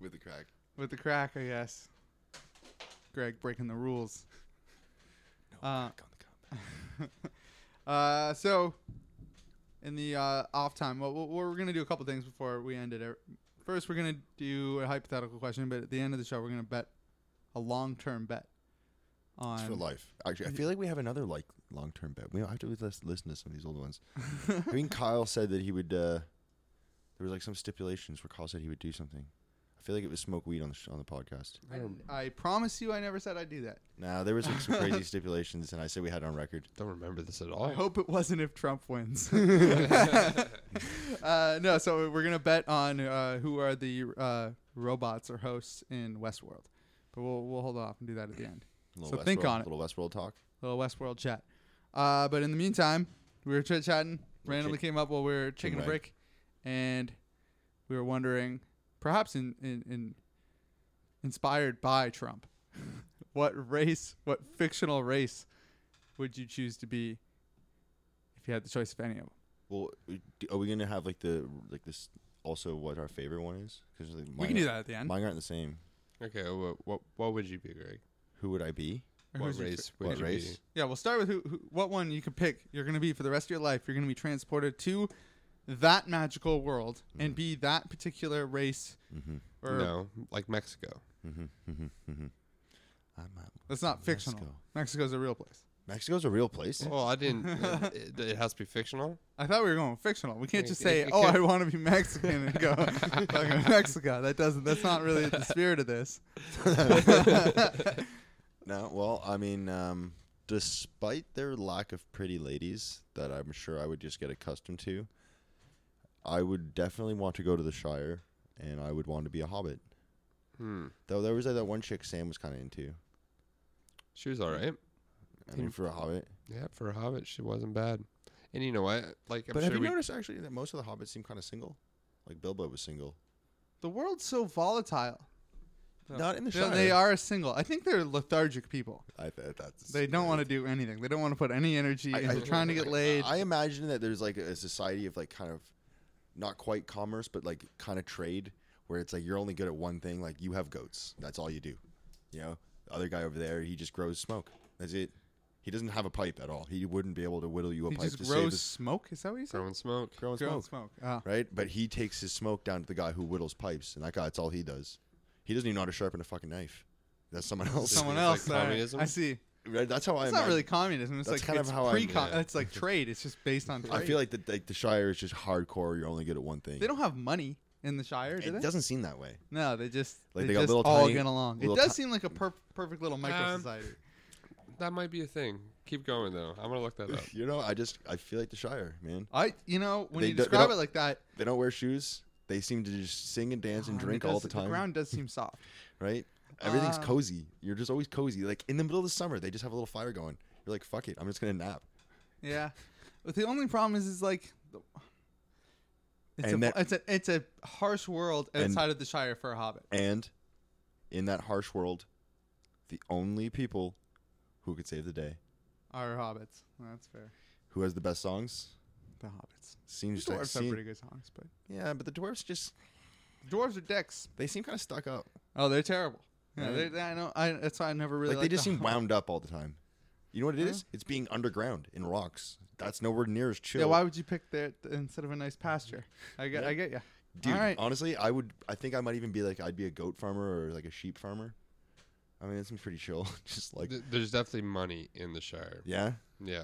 S4: with the crack.
S2: with the crack, I guess. Greg breaking the rules. Uh, uh, so, in the uh, off time, well, well, we're going to do a couple things before we end it. Er, First, we're going to do a hypothetical question, but at the end of the show, we're going to bet a long term bet on.
S4: It's for life. Actually, I feel like we have another like long term bet. We don't have to listen, listen to some of these old ones. I mean, Kyle said that he would. Uh, there was like some stipulations where Kyle said he would do something. I feel like it was smoke weed on the sh- on the podcast.
S2: I promise you, I never said I'd do that.
S4: Nah, there was like some crazy stipulations, and I said we had it on record.
S3: Don't remember this at all.
S2: I hope it wasn't if Trump wins. uh, no, so we're gonna bet on uh, who are the uh, robots or hosts in Westworld, but we'll we'll hold off and do that at the end. So
S4: Westworld,
S2: think on it,
S4: Little Westworld talk.
S2: little Westworld chat. Uh, but in the meantime, we were chit chatting. Randomly came up while we were taking a
S4: wag.
S2: break, and we were wondering, perhaps in, in, in inspired by Trump, what race, what fictional race, would you choose to be if you had the choice of any of them?
S4: Well, we- do- are we gonna have like the like this? Also, what our favorite one is? Because
S2: We can do that at the end.
S4: Mine aren't the same.
S3: Okay, what, what what would you be, Greg?
S4: Who would I be?
S2: Or
S3: What
S2: who's your
S3: race
S2: fa-
S3: would
S4: what
S3: you
S4: race?
S2: yeah, we'll start with who, who, what one you can pick. You're going to be for the rest of your life. You're going to be transported to that magical world and be that particular race.
S3: be?
S2: Or
S3: No, like Mexico.
S4: Mm-hmm, I'm not,
S2: that's not fictional.
S4: Mexico.
S2: Mexico's a real place.
S4: Mexico's a real place.
S3: Well, I didn't. it, it has to be fictional.
S2: I thought we were going fictional. We can't just
S3: If- if
S2: say,
S3: you
S2: "Oh,
S3: could-
S2: I want to be Mexican" and go fucking Mexico. That doesn't. That's not really the spirit of this.
S4: No, well, I mean, um, despite their lack of pretty ladies that I'm sure I would just get accustomed to, I would definitely want to go to the Shire, and I would want to be a hobbit.
S3: Hmm.
S4: Though there was like, that one chick Sam was kind of into.
S3: She was all right.
S4: I mean, for a hobbit.
S3: Mm. Yeah, for a Hobbit, she wasn't bad. And you know what? Like, I'm
S4: but
S3: sure
S4: have you
S3: we,
S4: noticed actually that most of the hobbits seem kind of single? Like Bilbo was single.
S2: The world's so volatile.
S4: Not in the
S2: Yeah,
S4: Shire.
S2: They are a single. I think they're lethargic people.
S4: I th- that's
S2: They don't want to do anything. They don't want to put any energy into trying to get laid.
S4: I imagine that there's like a society of like kind of not quite commerce, but like kind of trade where it's like you're only good at one thing. Like you have goats. That's all you do. You know, the other guy over there, he just grows smoke. That's it. He doesn't have a pipe at all. He wouldn't be able to whittle you a
S2: He
S4: pipe
S2: just
S4: to save
S2: grows
S4: his
S2: smoke. Is that what you said?
S3: growing smoke.
S4: growing
S2: Grow
S4: smoke.
S2: and Oh.
S4: Right? But he takes his smoke down to the guy who whittles pipes, and that guy, that's all he does. He doesn't even know how to sharpen a fucking knife. That's someone else.
S2: Someone
S3: like
S2: else. all right.
S3: communism?
S2: I see.
S4: Right? That's how I.
S2: It's not
S4: imagine-
S2: really communism. It's
S4: That's
S2: like
S4: kind of
S2: it's
S4: how I-
S2: pre
S4: yeah.
S2: It's like trade. It's just based on trade.
S4: I feel like the like the Shire is just hardcore. You're only good at one thing.
S2: they don't have money in the Shire, do
S4: It
S2: they?
S4: doesn't seem that way.
S2: no, they just they,
S4: Like, they got
S2: just
S4: little
S2: all
S4: tiny-
S2: get along. It
S4: little
S2: does
S4: ti-
S2: seem like a per- perfect little micro
S3: Um,
S2: society.
S3: That might be a thing. Keep going though. I'm gonna look that up.
S4: You know, I just I feel like the Shire, man.
S2: I you know when
S4: they
S2: you
S4: do- they
S2: describe it
S4: don't-
S2: like that,
S4: They don't wear shoes. They seem to just sing and dance and
S2: um, it
S4: drink all
S2: does-
S4: the time,
S2: ground does seem soft.
S4: right? Everything's
S2: Uh,
S4: cozy. You're just always cozy. Like in the middle of the summer, they just have a little fire going. You're like, fuck it, I'm just gonna nap.
S2: Yeah, but the only problem is, is like. the- It's a,
S4: And that-
S2: it's a it's a harsh world
S4: And-
S2: outside of the Shire for a Hobbit.
S4: And in that harsh world, the only people who could save the day,
S2: Are Hobbits? That's fair.
S4: who has the best songs,
S2: The Hobbits.
S4: seems
S2: The
S4: to
S2: dwarves have
S4: seem,
S2: pretty good songs, but
S4: yeah. But the dwarves just
S2: dwarves are dicks.
S4: they seem kind of stuck up.
S2: Oh, they're terrible. Yeah,
S4: Right.
S2: they, I know. I, that's why I never really
S4: Like they
S2: liked
S4: just
S2: the
S4: seem
S2: Hobbit.
S4: wound up all the time. You know what it is? It's being underground in rocks. That's nowhere near as chill.
S2: Yeah, why would you pick that instead of a nice pasture? I get, I get you.
S4: Dude,
S2: All right.
S4: honestly, I would. I think I might even be like, I'd be a goat farmer or like a sheep farmer. I mean, it seems pretty chill. Just like,
S3: Th- There's definitely money in the Shire.
S4: yeah,
S3: Yeah,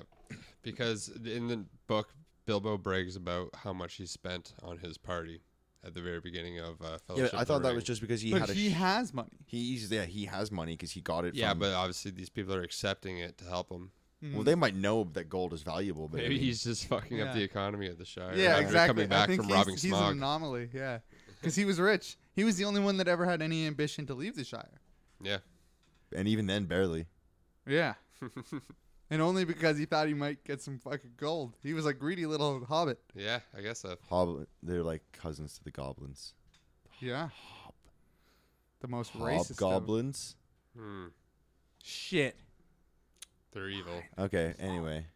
S3: because in the book, Bilbo brags about how much he spent on his party at the very beginning of uh,
S4: yeah.
S3: Fellowship.
S4: I
S3: of
S4: thought
S3: the
S4: that
S3: Ring.
S4: was just because he
S2: Oh, but
S4: had a.
S2: he
S4: sh-
S2: has money.
S4: he he's, yeah he has money because he got it.
S3: yeah,
S4: from,
S3: but obviously these people are accepting it to help him.
S4: Well, they might know that gold is valuable, but I
S3: Maybe
S4: mean,
S3: he's just fucking
S2: Yeah.
S3: up the economy of the Shire.
S2: Yeah,
S3: after
S2: exactly.
S3: uh, Coming back
S2: I think
S3: from
S2: he's,
S3: robbing
S2: he's an
S3: smog.
S2: anomaly. Yeah, because he was rich. He was the only one that ever had any ambition to leave the Shire.
S3: yeah.
S4: and even then, barely.
S2: Yeah, and only because he thought he might get some fucking gold. He was a greedy little hobbit.
S3: Yeah, I guess so.
S4: Hobbit, they're like cousins to the goblins.
S2: Yeah, the most racist of-
S4: Hobgoblins.
S2: Shit,
S3: They're evil.
S4: Okay. Anyway,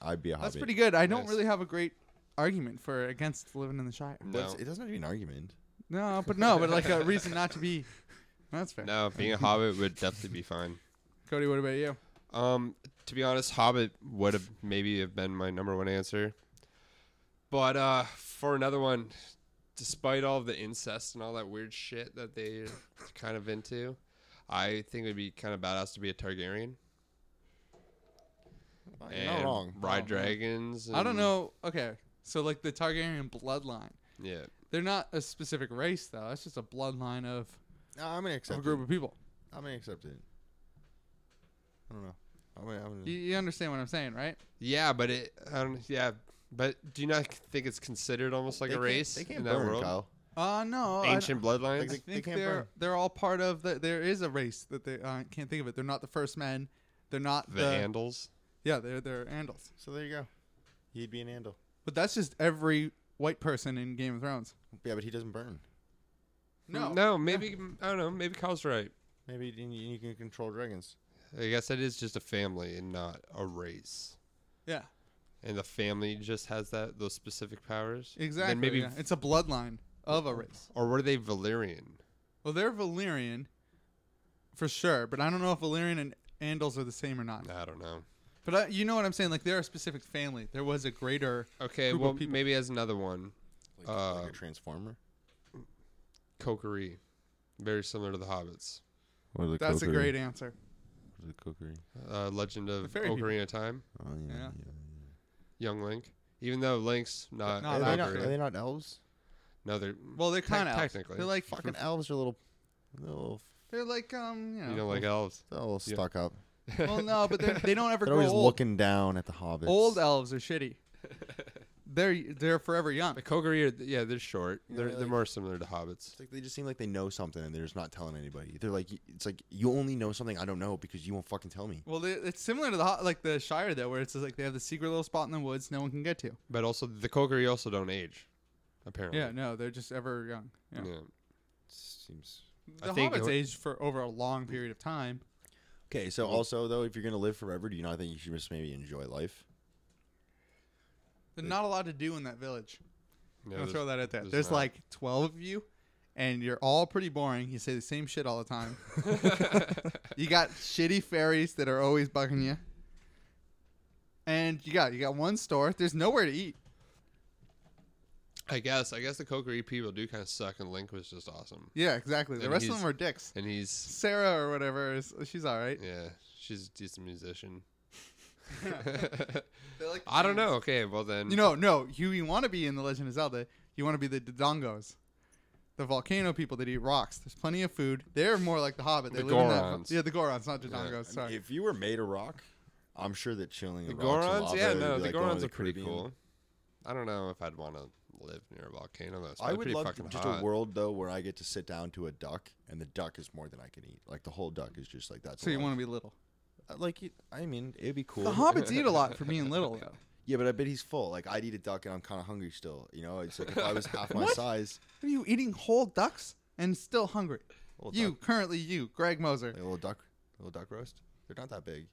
S4: I'd be a hobbit.
S2: that's pretty good. I don't
S3: Yes.
S2: really have a great argument for against living in the Shire.
S4: Well,
S3: No.
S4: it's- It doesn't have to be an argument.
S2: No, but no, but like a reason not to be. That's fair.
S3: No, being a hobbit would definitely be fine.
S2: Cody, what about you?
S3: Um, to be honest, Hobbit would have maybe have been my number one answer. But uh, for another one, despite all the incest and all that weird shit that they kind of into, I think it'd be kind of badass to be a Targaryen
S4: You're
S3: and
S4: not wrong.
S3: ride dragons.
S2: I don't
S3: and-
S2: know. Okay, so like the Targaryen bloodline.
S3: Yeah,
S2: They're not a specific race though. That's just a bloodline of,
S4: No, I'm gonna
S2: of
S4: accept
S2: a group
S4: it.
S2: of people.
S4: I'm gonna accept it. I don't know. I'm gonna, I'm
S2: You,
S4: gonna,
S2: you understand what I'm saying, right?
S3: yeah, but it. I don't, yeah, but do you not think it's considered almost like
S4: They
S3: a
S4: can't-
S3: race
S4: They
S3: in
S4: can't
S3: that
S4: burn,
S3: world?
S4: Kyle. Oh,
S2: Uh no. I-
S3: Ancient bloodlines.
S2: I,
S4: Like, they
S2: think they
S4: can't
S2: are
S4: burn.
S2: they're all part of the. There is a race that they I can't think of it. They're not the first men. They're not
S3: the,
S2: the,
S3: Andals.
S2: yeah. They're they're Andals.
S4: So there you go. He'd be an Andal.
S2: But that's just every white person in Game of Thrones.
S4: Yeah, but he doesn't burn.
S2: No,
S3: no, maybe I don't know. Maybe Kyle's right.
S4: Maybe you, you can control dragons.
S3: I guess that is just a family and not a race.
S2: Yeah,
S3: And the family just has that those specific powers. Then
S2: exactly.
S3: maybe,
S2: yeah. it's a bloodline of a race.
S3: or were they Valyrian?
S2: Well, they're Valyrian, for sure. But I don't know if Valyrian and Andals are the same or not.
S3: I don't know.
S2: But I, you know what I'm saying? Like they're a specific family. There was a greater.
S3: Okay,
S2: Group of
S3: well
S2: people.
S3: maybe as another one,
S4: Like,
S3: Uh,
S4: like a transformer.
S3: Kokiri, very similar to the Hobbits.
S4: Or the
S2: That's a great answer.
S4: The cookery.
S3: Uh, Legend
S2: The
S3: of
S2: fairy people.
S3: Ocarina of Time,
S4: Oh yeah.
S2: Yeah.
S3: Young Link. Even though Link's not,
S2: No,
S4: Are,
S2: Oh,
S4: they
S2: that's
S4: not, are
S2: great.
S4: they not elves?
S3: no, they're
S2: Well, they're
S3: tec-
S2: kind of
S3: technically.
S2: They're like
S4: Fucking elves are little, little,
S2: They're like um you know.
S3: you know like elves.
S4: they're all
S3: Yeah.
S4: stuck up.
S2: well, no, but they're- they don't ever
S4: They're
S2: grow
S4: always
S2: old.
S4: looking down at the hobbits.
S2: Old elves are shitty. they're they're forever young.
S3: Like Kokiri, are, yeah, they're short. They're
S4: they're
S3: they're
S4: like-
S3: more similar to Hobbits.
S4: It's like they just seem like they know something and they're just not telling anybody. They're like, it's like you only know something I don't know because you won't fucking tell me.
S2: Well, they, it's similar to the ho- like the Shire though, where it's just like they have the secret little spot in the woods no one can get to.
S3: But also the Kokiri also don't age, apparently.
S2: Yeah, no, they're just ever young. Yeah.
S3: yeah.
S4: Seems
S2: The
S3: I think it
S2: hobbits
S3: would-
S2: age for over a long period of time.
S4: okay. So also though, if you're gonna live forever, do you not think you should just maybe enjoy life?
S2: They're not allowed to do in that village.
S3: Yeah,
S2: I'll
S3: there's-
S2: throw that out there. There's,
S3: not.
S2: like 12 of you, and you're all pretty boring. You say the same shit all the time. you got shitty fairies that are always bugging you. And you got you got one store. There's nowhere to eat.
S3: I guess. I guess the Kokiri people do kind of suck, and Link was just awesome.
S2: Yeah, exactly. The
S3: And
S2: rest of
S3: he's-
S2: them are dicks.
S3: And he's,
S2: Sarah or whatever is she's all right.
S3: yeah, she's a decent musician.
S2: They like
S3: I don't know. Okay, well then,
S2: You know, no, you, you want to be in the Legend of Zelda. You want to be the Dodongos, the volcano people that eat rocks. There's plenty of food. They're more like the Hobbit. They
S3: The
S2: live in that-
S3: Gorons.
S2: yeah, the Gorons, not Dodongos. sorry.
S4: If you were made of rock, I'm sure that chilling
S3: the
S4: a rock's and
S3: Gorons.
S4: lava
S3: Yeah,
S4: would
S3: no,
S4: be
S3: the
S4: like going to
S3: Gorons
S4: the
S3: are pretty
S4: Caribbean.
S3: cool. I don't know if I'd want to live near a volcano. That's
S4: I would
S3: pretty
S4: love
S3: fucking
S4: just
S3: hot.
S4: a world though where I get to sit down to a duck and the duck is more than I can eat. Like the whole duck is just like that's.
S2: so you want to be little.
S4: to like? you- I mean, it'd be cool.
S2: The hobbits eat a lot for being little, though.
S4: Yeah, but I bet he's full. Like I'd eat a duck and I'm kind of hungry still. You know, it's like if I was half my size,
S2: Are you eating whole ducks and still hungry?
S4: Whole
S2: you,
S4: duck.
S2: currently you, Greg Moser.
S4: like a little duck, a little duck roast. They're not that big.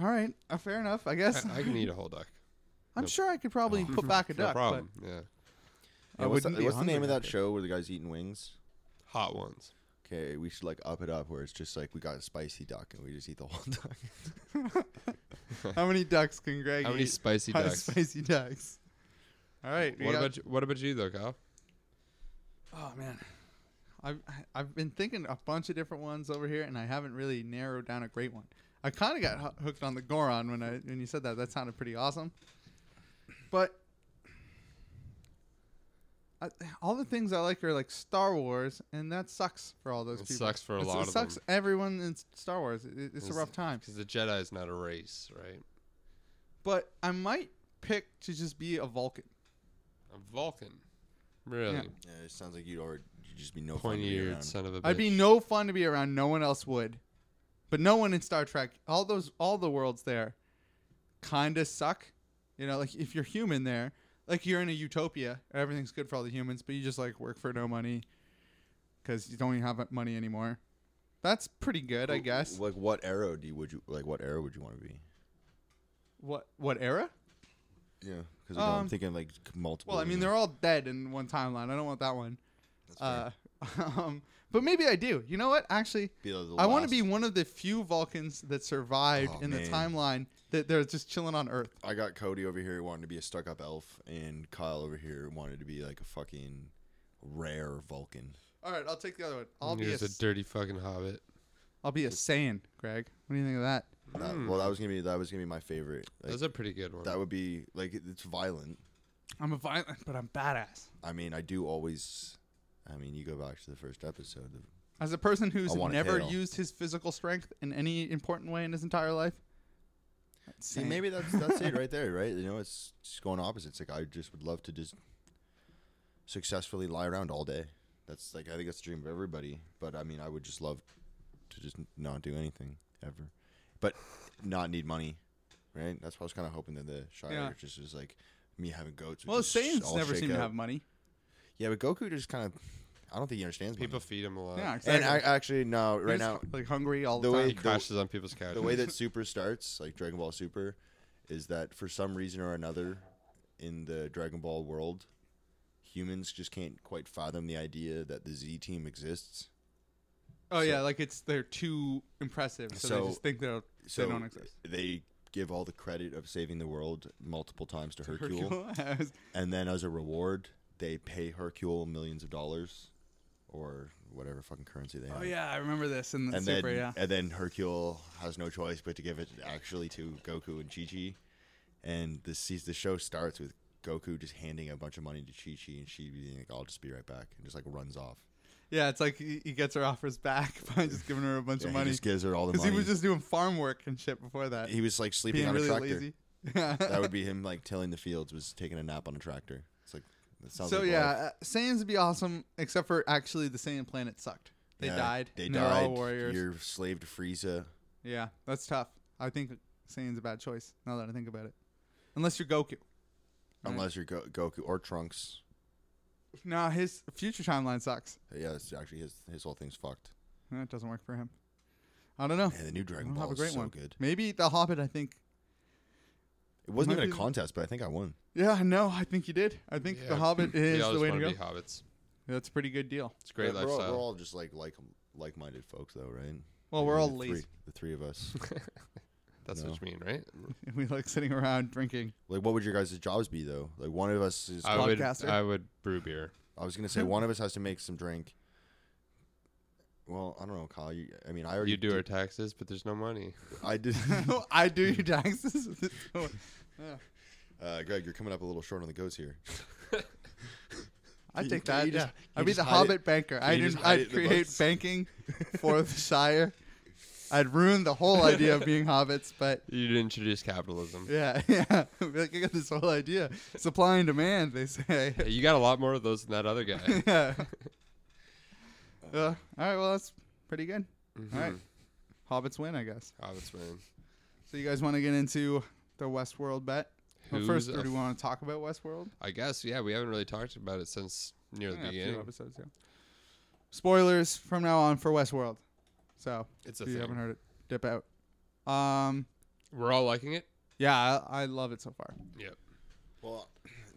S2: All right, uh, fair enough, I guess.
S3: I, I can eat a whole duck.
S2: I'm sure I could probably put back a
S3: No
S2: duck.
S3: problem. Yeah,
S2: I
S4: Yeah, what's the,
S2: wouldn't be
S4: what's the name
S2: hungry
S4: of that
S2: after.
S4: show where the guy's eating wings?
S3: hot ones.
S4: Okay, we should like up it up where it's just like we got a spicy duck and we just eat the whole duck.
S2: But how many ducks can Greg
S3: How many
S2: eat?
S3: spicy
S2: How many
S3: ducks?
S2: spicy ducks. All right. we
S3: what
S2: got-
S3: about you, what about you though, Kyle?
S2: Oh man, I've I've been thinking a bunch of different ones over here, and I haven't really narrowed down a great one. I kind of got hoo- hooked on the Goron when I when you said that. That sounded pretty awesome. But I, all the things I like are like Star Wars, and that sucks for all those
S3: It
S2: people.
S3: sucks for a
S2: It's-
S3: lot
S2: It
S3: of
S2: sucks
S3: them.
S2: everyone in Star Wars. It, it's a
S3: It's-
S2: rough time.
S3: because the Jedi is not a race, right?
S2: But I might pick to just be a Vulcan.
S3: A Vulcan, really
S4: Yeah, it sounds like you'd already you'd just be no fun to be
S3: pointy-eared
S4: around.
S3: son of a bitch.
S2: I'd be no fun to be around. No one else would. But no one in Star Trek, all those, all the worlds there, kind of suck. You know, like if you're human there, like you're in a utopia, everything's good for all the humans, but you just like work for no money because you don't even have money anymore. That's pretty good, I guess.
S4: Like what era do you would you like? What era would you want to be?
S2: What what era?
S4: Yeah, because I'm
S2: Um,
S4: thinking like c- multiple.
S2: Well, I mean, they're all dead in one timeline. I don't want that one. Uh, um, but maybe I do. You know what? Actually,
S4: Be the
S2: I want to
S4: last.
S2: be one of the few Vulcans that survived
S4: Oh,
S2: in the
S4: man.
S2: timeline that they're just chilling on Earth.
S4: I got Cody over here wanting to be a stuck-up elf, and Kyle over here wanted to be like a fucking rare Vulcan.
S2: All right, I'll take the other one. I'll be a,
S3: Here's a
S2: s-
S3: dirty fucking hobbit.
S2: I'll be a Saiyan, Greg. What do you think of that?
S4: That- well, that was gonna be that was gonna be my favorite. Like,
S3: That's a pretty good one.
S4: that would be like it- it's violent.
S2: I'm a violent, but I'm badass.
S4: I mean, I do always. I mean, you go back to the first episode. Of,
S2: As a person who's
S4: I want a
S2: never
S4: tail.
S2: used his physical strength in any important way in his entire life, that's
S4: see,
S2: Saiyan.
S4: maybe that's that's it right there, right? You know, it's just going opposites. Like I just would love to just successfully lie around all day. That's like I think that's the dream of everybody. But I mean, I would just love to just not do anything ever, but not need money, right? That's what I was kind of hoping that the Shire
S2: Yeah.
S4: just was like me having goats. would
S2: well,
S4: just
S2: Saiyans
S4: all
S2: never
S4: shake
S2: seem to
S4: out.
S2: have money.
S4: Yeah, but Goku just kind of. I don't think he understands money.
S3: People feed him a lot.
S2: Yeah,
S3: Yeah,
S2: exactly.
S4: And I, actually, no,
S2: They're
S4: right now,
S2: just, like hungry all the,
S4: the way-
S3: he
S2: time.
S3: crashes on people's couches.
S4: the way that Super starts, like Dragon Ball Super, is that for some reason or another, in the Dragon Ball world, humans just can't quite fathom the idea that the Z Team exists.
S2: Oh yeah, like it's they're too impressive, so, they
S4: So-
S2: just think they're,
S4: So
S2: they don't exist.
S4: they give all the credit of saving the world multiple times to Hercule,
S2: Hercule-
S4: and then as a reward, they pay Hercule millions of dollars, or whatever fucking currency they have.
S2: oh yeah, I remember this in the
S4: and
S2: Super.
S4: then
S2: yeah,
S4: and then Hercule has no choice but to give it actually to Goku and Chi Chi, and the se- the show starts with Goku just handing a bunch of money to Chi Chi, and she being like, "I'll just be right back," and just like runs off.
S2: yeah, it's like he, he gets her offers back by just giving her a bunch
S4: Yeah,
S2: of
S4: he
S2: money
S4: just gives her all the
S2: because
S4: money.
S2: he was just doing farm work and shit before that.
S4: He was, like sleeping
S2: being
S4: on a
S2: really
S4: tractor.
S2: lazy. Yeah.
S4: that would be him like tilling the fields, was taking a nap on a tractor. It's like that sounds.
S2: so
S4: like
S2: yeah,
S4: life.
S2: uh, Saiyans would be awesome, except for actually the Saiyan planet sucked. They
S4: Yeah,
S2: died.
S4: They
S2: and
S4: died.
S2: They're all warriors.
S4: You're slave to Frieza.
S2: Yeah, that's tough. I think Saiyan's a bad choice now that I think about it. Unless you're Goku.
S4: Unless you're Go- Goku or Trunks,
S2: No, his future timeline sucks.
S4: yeah, it's actually his his whole thing's fucked.
S2: That doesn't work for him. I don't know.
S4: And the new
S2: I
S4: Dragon
S2: don't
S4: Ball
S2: have a great
S4: is so
S2: one.
S4: good.
S2: Maybe The Hobbit. I think.
S4: It wasn't
S2: Might
S4: even a
S2: be-
S4: contest, but I think I won.
S2: Yeah, no, I think you did. I think The Hobbit is the way to go.
S3: Be hobbits.
S2: That's a pretty good deal.
S3: It's a great
S4: But we're all-
S3: lifestyle.
S4: We're all just like like like minded folks, though, right?
S2: Well, we're all
S4: the
S2: lazy.
S4: Three, the three of us.
S3: That's
S4: No.
S3: what you mean, right?
S2: we like sitting around drinking.
S4: like, what would your guys' jobs be, though? Like, one of us is.
S3: I would.
S2: Podcaster.
S3: I would brew beer.
S4: I was gonna say one of us has to make some drink. Well, I don't know, Kyle. You, I mean, I already
S3: You do our
S4: did-
S3: taxes, but there's no money.
S4: I did.
S2: I do your taxes. with this one.
S4: uh, Greg, you're coming up a little short on the goats here.
S2: I
S4: You-
S2: take
S4: can
S2: that.
S4: you
S2: yeah.
S4: just- can
S2: I'd
S4: you
S2: be
S4: just
S2: the
S4: hide it-
S2: Hobbit banker. I
S4: you
S2: did,
S4: just hide it
S2: I'd
S4: in the
S2: create
S4: books?
S2: banking for the Shire. I'd ruin the whole idea of being hobbits, but
S3: You'd introduce capitalism.
S2: yeah, yeah. Be like, I got this whole idea. Supply and demand, they say.
S3: Hey, you got a lot more of those than that other guy.
S2: yeah. Uh, all right, well, that's pretty good. All right.
S4: Mm-hmm.
S2: Hobbits win, I guess.
S3: hobbits man.
S2: So, you guys want to get into the Westworld bet? Well,
S3: Who's
S2: first,
S3: a
S2: do we want to talk about Westworld?
S3: I guess. Yeah, we haven't really talked about it since near the
S2: Yeah, a few
S3: beginning.
S2: episodes, yeah. Spoilers from now on for Westworld. So
S3: It's a
S2: if you
S3: thing.
S2: haven't heard it, dip out. Um,
S3: We're all liking it.
S2: yeah, I, I love it so far.
S3: Yep.
S4: Well,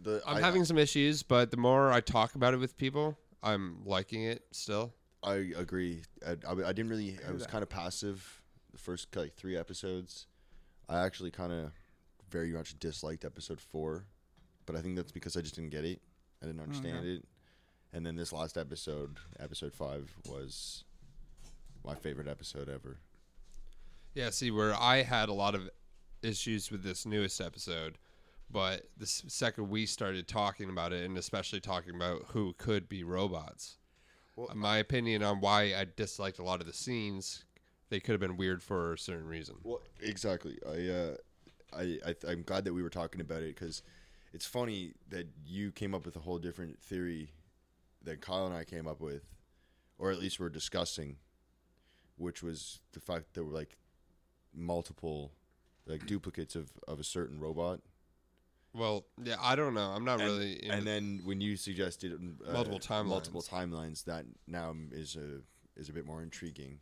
S4: the
S3: I'm
S4: I-
S3: having some issues, but the more I talk about it with people, I'm liking it still.
S4: I agree. I, I, I didn't really. I was kind of passive the first like three episodes. I actually kind of very much disliked episode four, but I think that's because I just didn't get it. I didn't understand it. And then this last episode, episode five, was my favorite episode ever.
S3: Yeah, see, where I had a lot of issues with this newest episode But the s- second we started talking about it, and especially talking about who could be robots, my opinion on why I disliked a lot of the scenes, they could have been weird for a certain reason.
S4: Well, exactly. I, uh, I, I, I'm glad that we were talking about it because it's funny that you came up with a whole different theory that Kyle and I came up with, or at least we're discussing, which was the fact there were like multiple, like duplicates of of a certain robot.
S3: Well, yeah, I don't know. I'm not
S4: And,
S3: really. into-
S4: and then when you suggested uh,
S3: Multiple timelines.
S4: multiple timelines, that now is a is a bit more intriguing.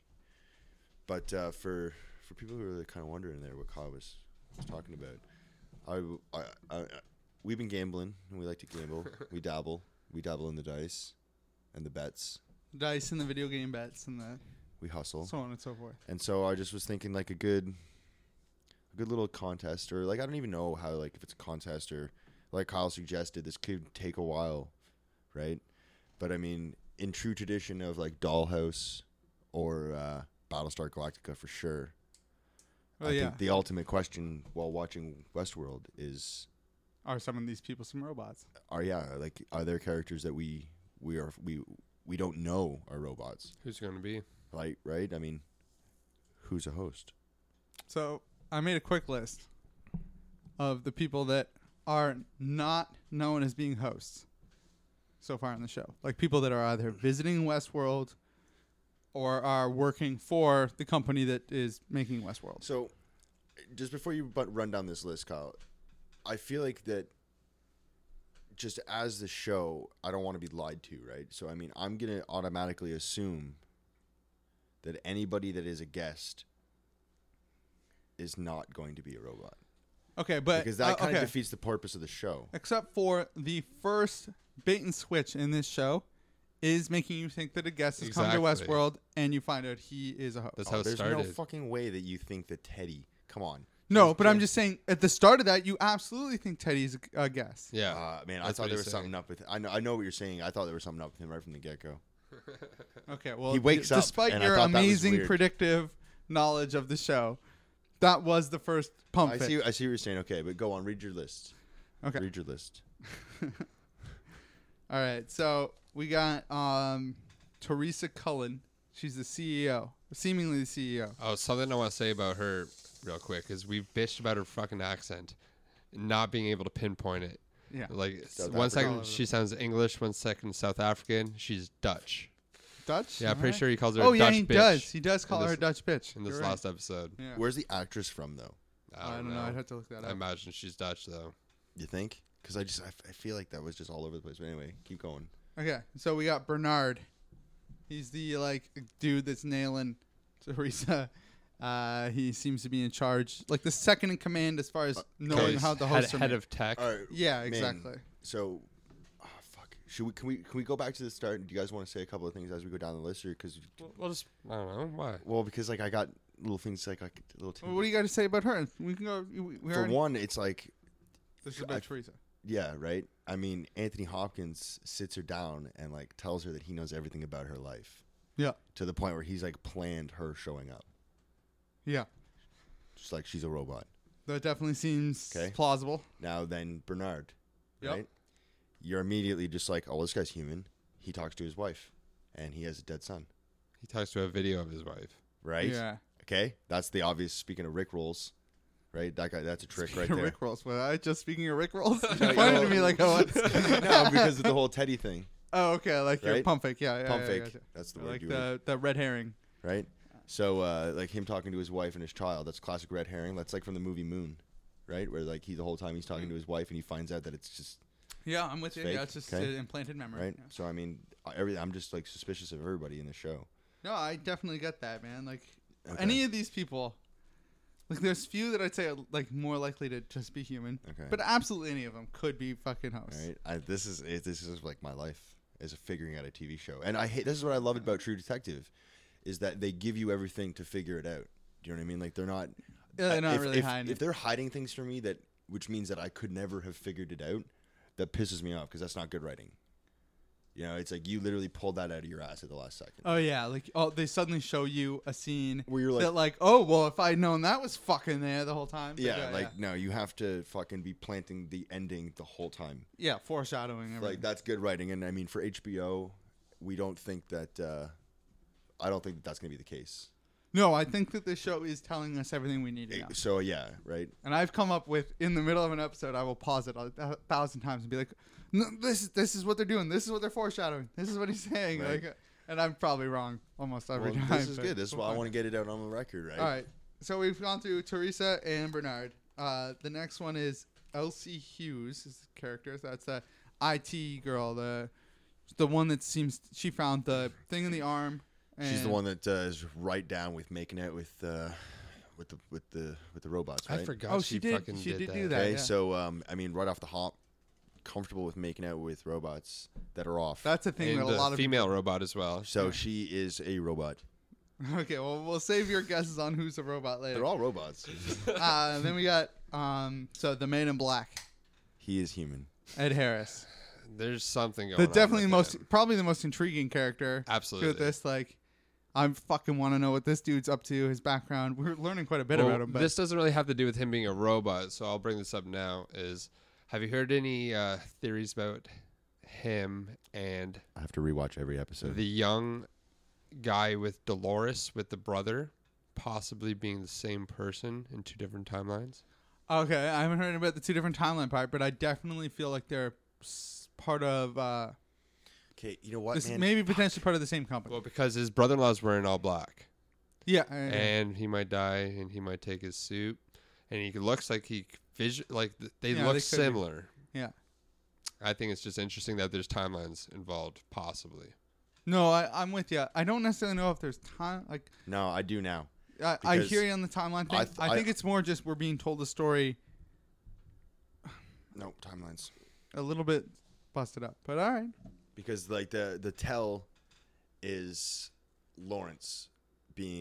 S4: But uh, for for people who are kind of wondering there what Kyle was, was talking about, I, w- I- I- I- we've been gambling and we like to gamble. we dabble, we dabble in the dice, and the bets.
S2: Dice and the video game bets and the
S4: We hustle,
S2: so on and so forth.
S4: and so I just was thinking like a good, a good little contest or like I don't even know how like if it's a contest or like Kyle suggested this could take a while, right? But I mean, in true tradition of like Dollhouse or uh, Battlestar Galactica for sure.
S2: Oh
S4: I
S2: yeah.
S4: think the ultimate question while watching Westworld is
S2: Are some of these people some robots?
S4: are yeah like are there characters that we we are we we don't know are robots
S3: who's going to be?
S4: right right I mean who's a host
S2: So I made a quick list of the people that are not known as being hosts so far on the show. Like people that are either visiting Westworld or are working for the company that is making Westworld.
S4: so just before you but run down this list Kyle I feel like that just as the show I don't want to be lied to right so I mean I'm gonna automatically assume that anybody that is a guest is not going to be a robot
S2: Okay, but
S4: because that
S2: uh,
S4: kind of
S2: okay.
S4: defeats the purpose of the show
S2: except for the first bait and switch in this show is making you think that a guest has come to
S3: Exactly.
S2: Westworld and you find out he is a host.
S3: That's how it
S4: There's
S3: started.
S4: no fucking way that you think that Teddy. Come on.
S2: no, but I'm just saying at the start of that you absolutely think Teddy's a guest.
S3: yeah,
S4: Uh, man, I
S3: that's
S4: thought
S3: what
S4: there
S3: he's
S4: was something
S3: saying.
S4: up with. I know. I know what you're saying. I thought there was something up with him right from the get go.
S2: Okay, well,
S4: He wakes
S2: d-
S4: up,
S2: Despite
S4: and I
S2: your
S4: thought that was
S2: amazing
S4: weird.
S2: predictive knowledge of the show, that was the first pump.
S4: I
S2: fake.
S4: see. I see what you're saying. Okay, but go on. Read your list.
S2: Okay.
S4: Read your list.
S2: All right, so we got um, Teresa Cullen. She's the CEO, seemingly the E CEO.
S3: Oh, something I want to say about her real quick is we bitched about her fucking accent, not being able to pinpoint it.
S2: Yeah,
S3: Like s-
S4: South
S3: one
S4: African.
S3: second she sounds English, one second South African. She's Dutch.
S2: Dutch.
S3: Yeah, I'm
S2: all
S3: pretty
S2: right.
S3: sure he calls her
S2: Oh
S3: a
S2: yeah,
S3: Dutch
S2: he
S3: bitch.
S2: does. He does call
S3: in
S2: her a
S3: this-
S2: Dutch bitch.
S3: in this
S2: You're
S3: last episode.
S2: right. Yeah.
S4: Where's the actress from though?
S3: I don't, know.
S2: I'd have to look that
S3: I
S2: up.
S3: imagine she's Dutch though.
S4: You think? Because I just I, f- I feel like that was just all over the place. But anyway, keep going.
S2: Okay, so we got Bernard. He's the like dude that's nailing Teresa. Uh, he seems to be in charge, like the second in command as far as knowing
S3: He's
S2: how the
S3: Uh, head,
S2: hosts are.
S3: head
S2: made.
S3: of tech.
S4: All right.
S2: yeah,
S4: man,
S2: exactly.
S4: So, ah, fuck. Should we? Can we? Can we go back to the start? Do you guys want to say a couple of things as we go down the list, or because?
S3: Well, just I don't know why.
S4: Well, because like I got little things like I could- little.
S2: Well, what do you got to say about her? We can go. We, we
S4: For
S2: already,
S4: one, it's like
S2: this is about
S4: I-
S2: Teresa.
S4: Yeah, right. I mean, Anthony Hopkins sits her down and like tells her that he knows everything about her life
S2: Yeah,
S4: to the point where he's like planned her showing up,
S2: yeah.
S4: just like she's a robot.
S2: That definitely seems
S4: 'Kay.
S2: plausible.
S4: Now then, Bernard,
S2: Yep.
S4: right? You're immediately just like, oh, this guy's human. He talks to his wife, and he has a dead son,
S3: He talks to a video of his wife.
S4: right?
S2: Yeah.
S4: Okay, that's the obvious. Speaking of Rick rolls, right? That guy, that's a trick right there.
S2: Rick rolls. Was I just speaking of Rick rolls? You pointed to me like, oh, what's-
S4: no, because of the whole Teddy thing,
S2: oh, okay, like your
S4: Right?
S2: pump fake. Yeah, yeah,
S4: pump
S2: yeah,
S4: fake.
S2: gotcha.
S4: That's the
S2: I
S4: word
S2: like
S4: you were
S2: the the red herring.
S4: right? So uh, like him talking to his wife and his child, that's classic red herring. That's like from the movie Moon, right? Where like he the whole time he's talking to his wife and he finds out that it's just
S2: Yeah, I'm with you.
S4: Fake,
S2: Yeah, it's just
S4: okay.
S2: uh, implanted memory.
S4: right.
S2: yeah.
S4: So I mean, I- every I'm just like suspicious of everybody in the show.
S2: No, I definitely get that, man. Like
S4: Okay.
S2: any of these people, like there's few that I'd say are like more likely to just be human.
S4: Okay.
S2: But absolutely any of them could be fucking hosts.
S4: Right? I, this is it, this is like my life is figuring out a TV show, and I hate this is what I love about True Detective, is that they give you everything to figure it out. Do you know what I mean? Like they're not
S2: Yeah, Uh, they're
S4: I-
S2: not
S4: if,
S2: really
S4: if-
S2: hiding
S4: If
S2: it.
S4: they're hiding things from me that which means that I could never have figured it out, that pisses me off because that's not good writing. You know, it's like you literally pulled that out of your ass at the last second.
S2: Oh yeah, like oh they suddenly show you a scene
S4: Where you're like-
S2: that like oh well if I'd known that was fucking there the whole time. uh, But
S4: yeah, like no, you have to fucking be planting the ending the whole time.
S2: yeah, foreshadowing. Everything.
S4: Like that's good writing, and I mean for HBO, we don't think that. Uh, I don't think that that's gonna be the case.
S2: No, I think that this show is telling us everything we need to know.
S4: So yeah, right.
S2: And I've come up with in the middle of an episode, I will pause it a a thousand times and be like, no, "This is this is what they're doing. This is what they're foreshadowing. This is what he's saying."
S4: Right.
S2: Like, and I'm probably wrong almost every
S4: Well,
S2: time.
S4: this is
S2: but
S4: good. This is why I
S2: we'll
S4: want to get it out on the record, right?
S2: All right. So we've gone through Teresa and Bernard. Uh, the next one is Elsie Hughes is the character. So that's the IT girl, the the one that seems she found the thing in the arm. And
S4: She's the one that uh, is right down with making out with uh, with the with the with the robots, right?
S3: I forgot
S2: Oh,
S3: she,
S2: she did-
S3: fucking
S2: she did
S3: that.
S2: do that.
S4: Okay,
S2: yeah.
S4: so um, I mean, right off the hop, comfortable with making out with robots that are off.
S2: That's a thing
S3: And
S2: that a
S3: a
S2: lot of
S3: female robot as well.
S4: so she is a robot.
S2: Okay, well we'll save your guesses on who's a robot later.
S4: They're all robots.
S2: uh, then we got um, so the Man in Black,
S4: he is human.
S2: Ed Harris,
S3: There's something going
S2: the
S3: on.
S2: definitely
S3: with
S2: most
S3: that.
S2: probably the most intriguing character. to
S3: Absolutely.
S2: this like. I fucking want to know what this dude's up to, his background. We're learning quite a bit
S3: Well,
S2: about him, but
S3: this doesn't really have to do with him being a robot, so I'll bring this up now. Is have you heard any uh, theories about him and
S4: I have to rewatch every episode.
S3: the young guy with Dolores with the brother possibly being the same person in two different timelines?
S2: Okay, I haven't heard about the two different timeline part, but I definitely feel like they're s- part of uh,
S4: okay, you know what,
S2: this
S4: man?
S2: maybe potentially part of the same company.
S3: Well, because his brother-in-law's wearing all black,
S2: yeah, yeah, yeah.
S3: and he might die, and he might take his suit, and he looks like he vision like th- they
S2: Yeah,
S3: look
S2: they could be.
S3: similar.
S2: yeah.
S3: I think it's just interesting that there's timelines involved, possibly.
S2: No, I, I'm with you. I don't necessarily know if there's time. Like,
S4: no, I do now.
S2: I, I
S4: Because
S2: hear you on the timeline thing. I,
S4: I th-
S2: think
S4: I-
S2: it's more just we're being told a story
S4: No timelines.
S2: a little bit busted up. But all right,
S4: because like the the tell is Lawrence being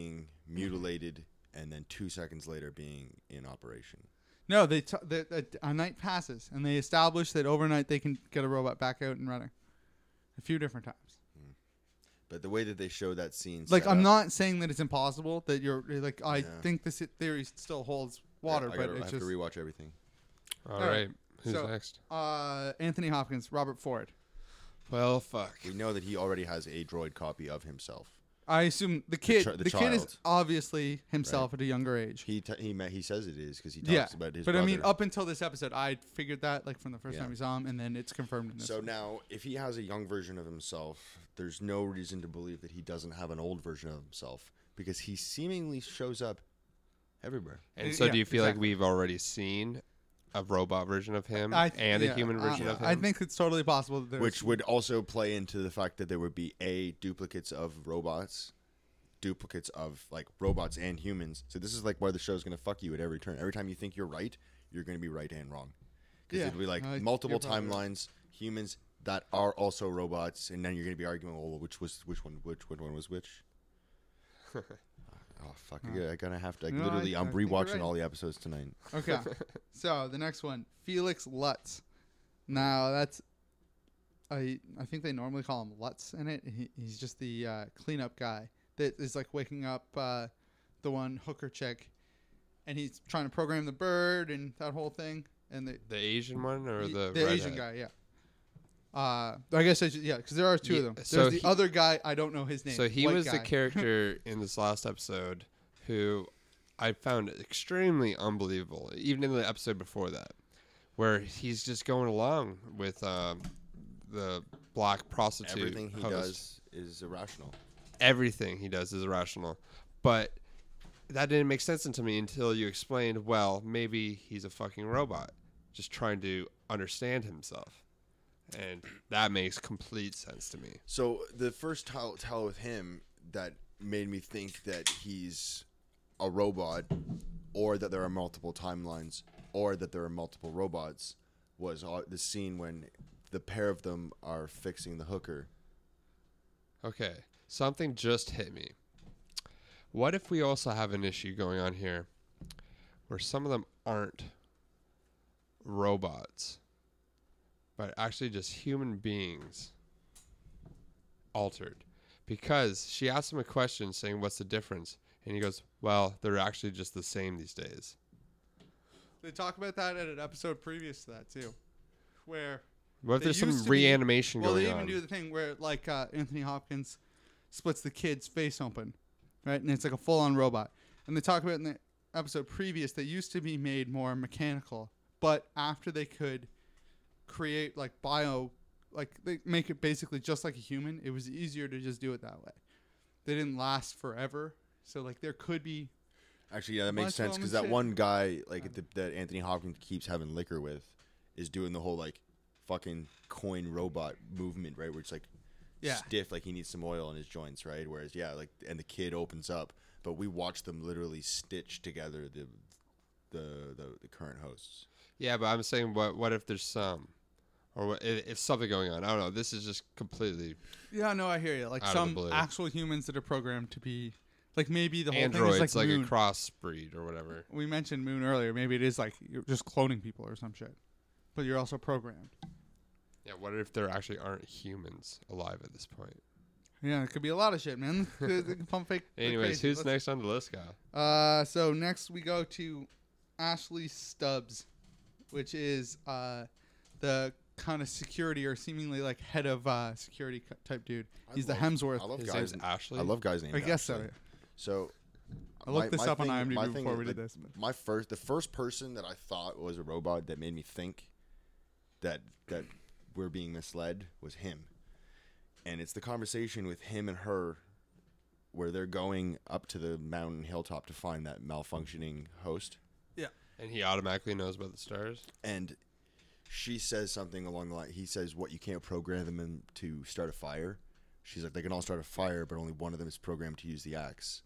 S2: Mm-hmm.
S4: mutilated and then 2 seconds later being in operation.
S2: no, they t- the, the, a night passes and they establish that overnight they can get a robot back out and running a few different times.
S4: But the way that they show that scene
S2: like
S4: set
S2: I'm
S4: up-
S2: not saying that it's impossible that you're like I
S4: Yeah.
S2: think this theory still holds water,
S4: I,
S2: but
S4: I gotta- I
S2: it's
S4: have
S2: just
S4: to rewatch everything.
S3: all
S2: All
S3: right.
S2: right.
S3: Who's
S2: So-
S3: next?
S2: uh, Anthony Hopkins, Robert Ford.
S3: Well, fuck.
S4: We know that he already has a droid copy of himself.
S2: I assume the kid, the,
S4: chi- the
S2: kid is
S4: child.
S2: obviously himself at a younger age.
S4: He t- he ma- he says it is because he talks
S2: yeah,
S4: about his.
S2: but I mean,
S4: brother.
S2: up until this episode, I figured that like from the first
S4: Yeah.
S2: time we saw him, and then it's confirmed in this.
S4: So now, if he has a young version of himself, there's no reason to believe that he doesn't have an old version of himself because he seemingly shows up everywhere.
S3: And
S2: Uh,
S3: so,
S2: yeah,
S3: do you feel
S2: exactly.
S3: like we've already seen a robot version of him
S2: I th-
S3: and a
S2: yeah,
S3: human version
S2: I,
S3: of him?
S2: I think it's totally possible. That there's-
S4: which would also play into the fact that there would be a duplicates of robots duplicates of like robots and humans so this is like why the show's gonna fuck you at every turn every time you think you're right you're gonna be right and wrong because
S2: Yeah,
S4: it'll be like
S2: I-
S4: multiple
S2: you're probably right.
S4: timelines humans that are also robots and then you're gonna be arguing well which was which one which which one was which oh fuck I gotta- i gotta have to like,
S2: No, I-
S4: literally I,
S2: I
S4: am
S2: think you're
S4: rewatching
S2: right.
S4: all the episodes tonight
S2: Okay. so the next one, Felix Lutz. Now that's I I think they normally call him Lutz in it. He, he's just the uh, cleanup guy that is like waking up uh, the one hooker chick, and he's trying to program the bird and that whole thing. And the
S3: the Asian one or
S2: the,
S3: the
S2: Asian guy, yeah. Uh, I guess I should, yeah, because there are two of
S3: Yeah,
S2: them. There's
S3: so
S2: the
S3: he-
S2: other guy. I don't know his name.
S3: So he
S2: white
S3: was the
S2: guy.
S3: character in this last episode who I found extremely unbelievable, even in the episode before that, where he's just going along with um, the black prostitute.
S4: everything he
S3: host.
S4: does is irrational
S3: everything he does is irrational. But that didn't make sense to me until you explained, well, maybe he's a fucking robot just trying to understand himself. And that makes complete sense to me.
S4: So the first tell, tell with him that made me think that he's a robot, or that there are multiple timelines, or that there are multiple robots, was all, the scene when the pair of them are fixing the hooker.
S3: Okay, something just hit me. What if we also have an issue going on here where some of them aren't robots, but actually just human beings altered because she asked him a question saying, What's the difference? And he goes, Well, they're actually just the same these days.
S2: They talk about that at an episode previous to that too, where
S3: What if
S2: They
S3: there's
S2: used to
S3: some
S2: be-
S3: reanimation
S2: well,
S3: going
S2: they even
S3: on?
S2: do the thing where like uh, Anthony Hopkins splits the kid's face open, right? And it's like a full-on robot. And they talk about in the episode previous they used to be made more mechanical, but after they could create like bio, like they make it basically just like a human. It was easier to just do it that way. They didn't last forever, so like there could be
S4: Actually, yeah, that
S2: Bunch
S4: makes
S2: of
S4: sense
S2: them
S4: because
S2: and
S4: that
S2: shit.
S4: one guy, like the, that Anthony Hopkins keeps having liquor with, is doing the whole like fucking coin robot movement, right? Where it's like
S2: Yeah.
S4: stiff, like he needs some oil in his joints, right? Whereas yeah, like and the kid opens up, but we watch them literally stitch together the the the, the current hosts.
S3: yeah, but I'm saying, what What if there's some? Or what, it, it's something going on. I don't know. This is just completely.
S2: yeah, no, I hear you. Like
S3: Out of the
S2: some
S3: blue.
S2: actual humans that are programmed to be like maybe the whole thing
S3: Androids,
S2: is like,
S3: like,
S2: moon.
S3: a crossbreed or whatever.
S2: we mentioned Moon earlier. Maybe it is like you're just cloning people or some shit, but you're also programmed.
S3: Yeah, what if there actually aren't humans alive at this point?
S2: Yeah, it could be a lot of shit, man. they they can pump fake. like
S3: Anyways,
S2: crazy.
S3: who's
S2: Let's-
S3: next on the list, Kyle?
S2: Uh, so next we go to Ashley Stubbs, which is uh, the kind of security or seemingly like head of uh, security co- type dude. He's the Hemsworth.
S4: I love
S3: His
S4: guys.
S3: name's Ashley?
S4: I love guys named.
S2: I guess so.
S4: Ashley. So
S2: I looked this up on IMDb
S4: my
S2: before we did
S4: is, like,
S2: this, but-
S4: My first, the first person that I thought was a robot that made me think that that we're being misled was him, and it's the conversation with him and her where they're going up to the mountain hilltop to find that malfunctioning host
S3: And he automatically knows about the stars.
S4: and she says something along the line. He says, "What you can't program them in to start a fire." She's like, "They can all start a fire, but only one of them is programmed to use the axe."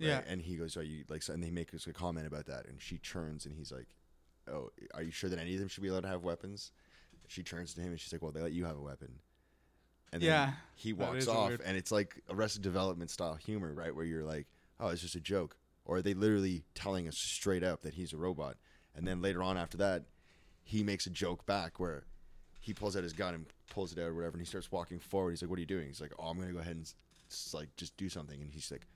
S4: Right?
S2: Yeah.
S4: and he goes, "Are you like?" so- And they make us a comment about that, and she turns, and he's like, "Oh, are you sure that any of them should be allowed to have weapons?" She turns to him, and she's like, "Well, they let you have a weapon." And then
S2: Yeah,
S4: he
S2: that is
S4: walks
S2: a
S4: off,
S2: weird-
S4: and it's like Arrested Development style humor, right? Where you're like, "Oh, it's just a joke," or are they literally telling us straight up that he's a robot? And then later on after that, he makes a joke back where he pulls out his gun and pulls it out or whatever, and he starts walking forward. He's like, "What are you doing?" He's like, "Oh, I'm gonna go ahead and s- s- like just do something," and he's like,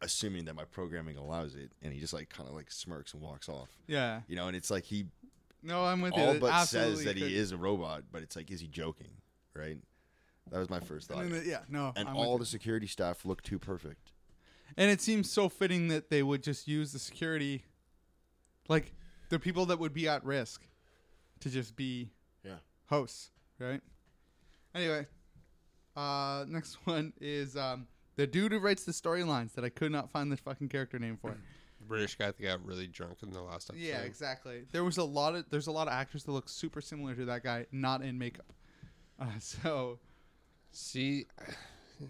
S4: assuming that my programming allows it, and he just like kind of like smirks and walks off.
S2: Yeah.
S4: You know, and it's like he
S2: No, I'm with you.
S4: all
S2: It
S4: but
S2: absolutely
S4: says that
S2: could-
S4: he is a robot, but it's like, is he joking? Right? That was my first thought.
S2: And then the- yeah. No.
S4: And
S2: I'm with
S4: all
S2: you.
S4: the security staff look too perfect.
S2: And it seems so fitting that they would just use the security, like the people that would be at risk, to just be
S4: Yeah.
S2: hosts, right? Anyway, uh, next one is um, the dude who writes the storylines that I could not find the fucking character name for.
S3: The British guy that got really drunk in the last episode.
S2: yeah, exactly. There was a lot of there's a lot of actors that look super similar to that guy, not in makeup. Uh, so
S3: See,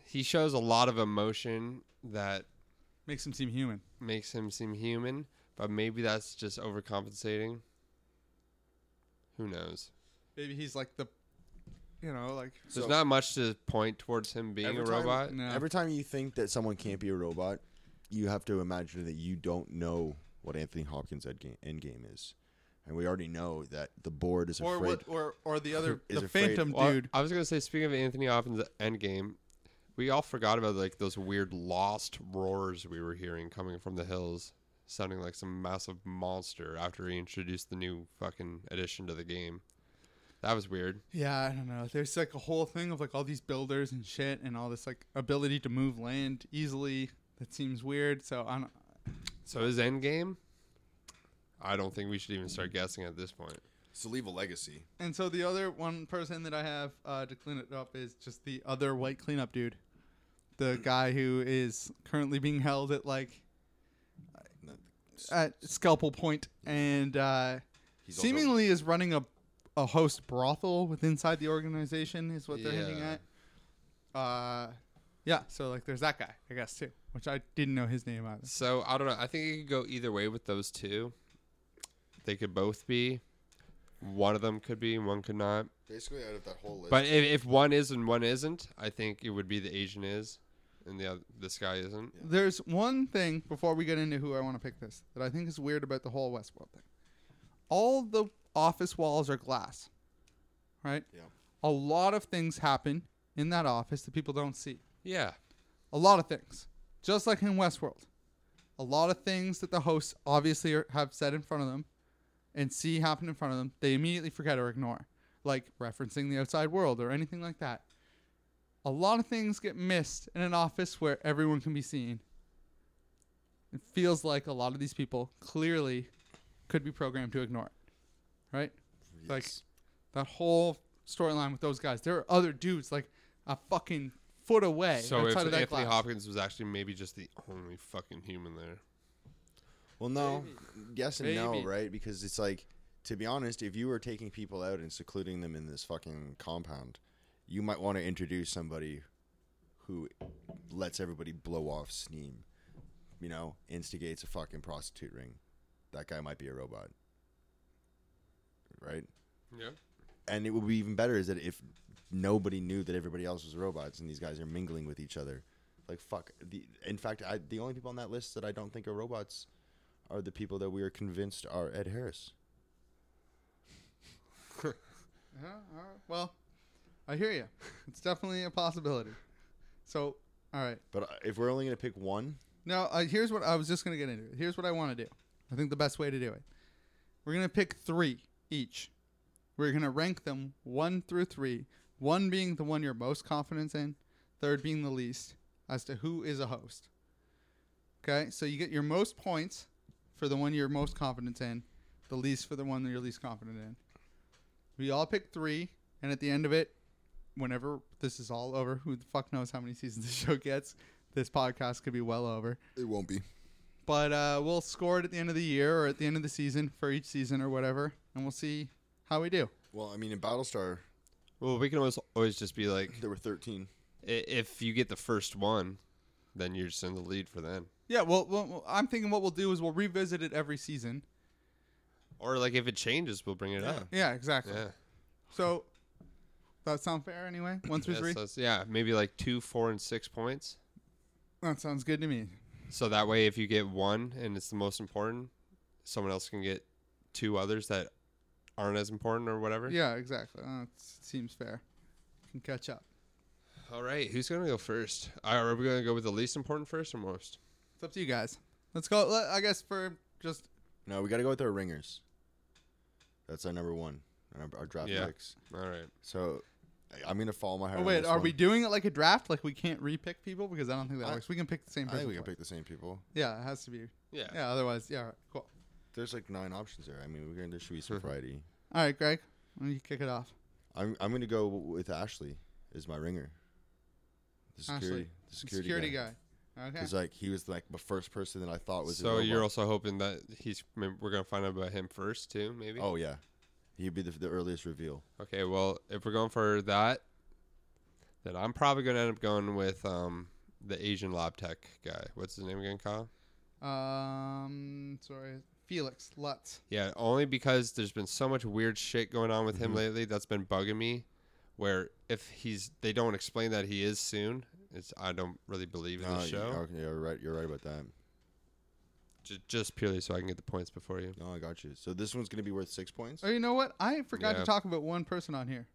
S3: he shows a lot of emotion that
S2: makes him seem human.
S3: makes him seem human, but maybe that's just overcompensating. Who knows?
S2: Maybe he's like the, you know, like
S3: There's
S4: So-
S3: not much to point towards him being a
S4: Every time-
S3: robot.
S2: no.
S4: Every time you think that someone can't be a robot, you have to imagine that you don't know what Anthony Hopkins' endgame, endgame is. And we already know that the board is
S2: or
S4: afraid.
S2: what, or or the other
S4: Is
S2: the
S4: afraid.
S2: phantom
S3: Well,
S2: dude.
S3: I was gonna say, speaking of Anthony Hopkins' Endgame, we all forgot about like those weird lost roars we were hearing coming from the hills, sounding like some massive monster after he introduced the new fucking addition to the game. That was weird.
S2: Yeah, I don't know. There's like a whole thing of like all these builders and shit, and all this like ability to move land easily. That seems weird. So I don't.
S3: So his Endgame, I don't think we should even start guessing at this point.
S4: So leave a legacy.
S2: And so the other one person that I have uh, to clean it up is just the other white cleanup dude, the guy who is currently being held at like uh, at scalpel point and uh,
S4: He's also-
S2: seemingly is running a a host brothel with inside the organization is what they're hinting
S3: Yeah.
S2: at. Uh, yeah. So like, there's that guy, I guess too, which I didn't know his name either.
S3: So I don't know. I think it could go either way with those two. They could both be. One of them could be, and one could not.
S4: Basically, out of that whole list.
S3: But if, if one is and one isn't, I think it would be the Asian is, and the other, this guy isn't.
S2: There's one thing before we get into who I want to pick this that I think is weird about the whole Westworld thing. All the office walls are glass, right?
S4: Yeah.
S2: A lot of things happen in that office that people don't see.
S3: Yeah.
S2: A lot of things, just like in Westworld. A lot of things that the hosts obviously are, have said in front of them and see happen in front of them, they immediately forget or ignore, like referencing the outside world or anything like that. A lot of things get missed in an office where everyone can be seen. It feels like a lot of these people clearly could be programmed to ignore it, right? Like that whole storyline with those guys. There are other dudes like a fucking foot away
S3: So if
S2: outside of that
S3: Anthony
S2: glass.
S3: Hopkins was actually maybe just the only fucking human there.
S4: Well, no, yes and no,
S2: Maybe.
S4: right? Because it's like, to be honest, if you were taking people out and secluding them in this fucking compound, you might want to introduce somebody who lets everybody blow off steam. You know, instigates a fucking prostitute ring. That guy might be a robot, right?
S3: Yeah.
S4: and it would be even better is that if nobody knew that everybody else was robots and these guys are mingling with each other like fuck the, in fact I, the only people on that list that i don't think are robots are the people that we are convinced are ed harris
S2: Well, I hear you. It's definitely a possibility. So, all right.
S4: but uh, if we're only going to pick one
S2: Now, uh, here's what I was just going to get into. Here's what I want to do. I think the best way to do it. We're going to pick three each. We're going to rank them one through three, one being the one you're most confident in, third being the least, as to who is a host. Okay? So you get your most points for the one you're most confident in, the least for the one that you're least confident in. We all pick three, and at the end of it, whenever this is all over, who the fuck knows how many seasons the show gets, this podcast could be well over.
S4: it won't be
S2: But uh, we'll score it at the end of the year or at the end of the season for each season or whatever, and we'll see how we do.
S4: well i mean in battlestar
S3: Well, we can always always just be like,
S4: there were 13
S3: i- if you get the first one, then you're just in the lead for then.
S2: Yeah, well, well, well, I'm thinking what we'll do is we'll revisit it every season.
S3: Or like if it changes, we'll bring it up.
S2: Yeah, exactly.
S3: Yeah.
S2: So, that sound fair anyway? One through
S3: Yes,
S2: three?
S3: that's- yeah. Maybe like two, four, and six points.
S2: That sounds good to me.
S3: So that way, if you get one and it's the most important, someone else can get two others that aren't as important or whatever.
S2: Yeah, exactly. Uh, it seems fair. Can catch up.
S3: All right. Who's gonna go first? Are we gonna go with the least important first or most?
S2: It's up to you guys. Let's go. let- I guess for just
S4: no we gotta go with our ringers that's our number one our, our draft
S3: Yeah.
S4: picks
S3: All right.
S4: so I- i'm going to follow my heart
S2: Oh
S4: on
S2: wait,
S4: this
S2: are we
S4: one.
S2: doing it like a draft? Like we can't repick people because I don't think that
S4: I-
S2: works. We can pick the same
S4: i
S2: person.
S4: think we can
S2: twice.
S4: pick the same people
S2: Yeah, it has to be.
S3: Yeah.
S2: Yeah, otherwise, yeah, all right, cool.
S4: there's like nine options there i mean we're gonna there should be some variety
S2: All right, Greg, why don't you kick it off?
S4: I'm I'm gonna go w- with Ashley as my ringer. The
S2: Ashley,
S4: security, the security, guy.
S2: Okay.
S4: Because like he was like the first person that I thought was. a
S3: So you're
S4: robot.
S3: also hoping that he's maybe we're gonna find out about him first too, maybe.
S4: Oh yeah, he'd be the, the earliest reveal.
S3: Okay. Well, if we're going for that, then I'm probably gonna end up going with um the Asian lab tech guy. What's his name again, Kyle?
S2: Um, sorry, Felix Lutz.
S3: Yeah, only because there's been so much weird shit going on with
S4: Mm-hmm.
S3: him lately that's been bugging me. Where if he's they don't explain that he is soon, it's I don't really believe in
S4: No,
S3: the
S4: you-
S3: show.
S4: Oh, Uh, okay, you're right. You're right about that.
S3: Ju- just purely so I can get the points before you.
S4: No, I got you. So this one's gonna be worth six points.
S2: Oh, you know what? I forgot to
S3: Yeah.
S2: talk about one person on here.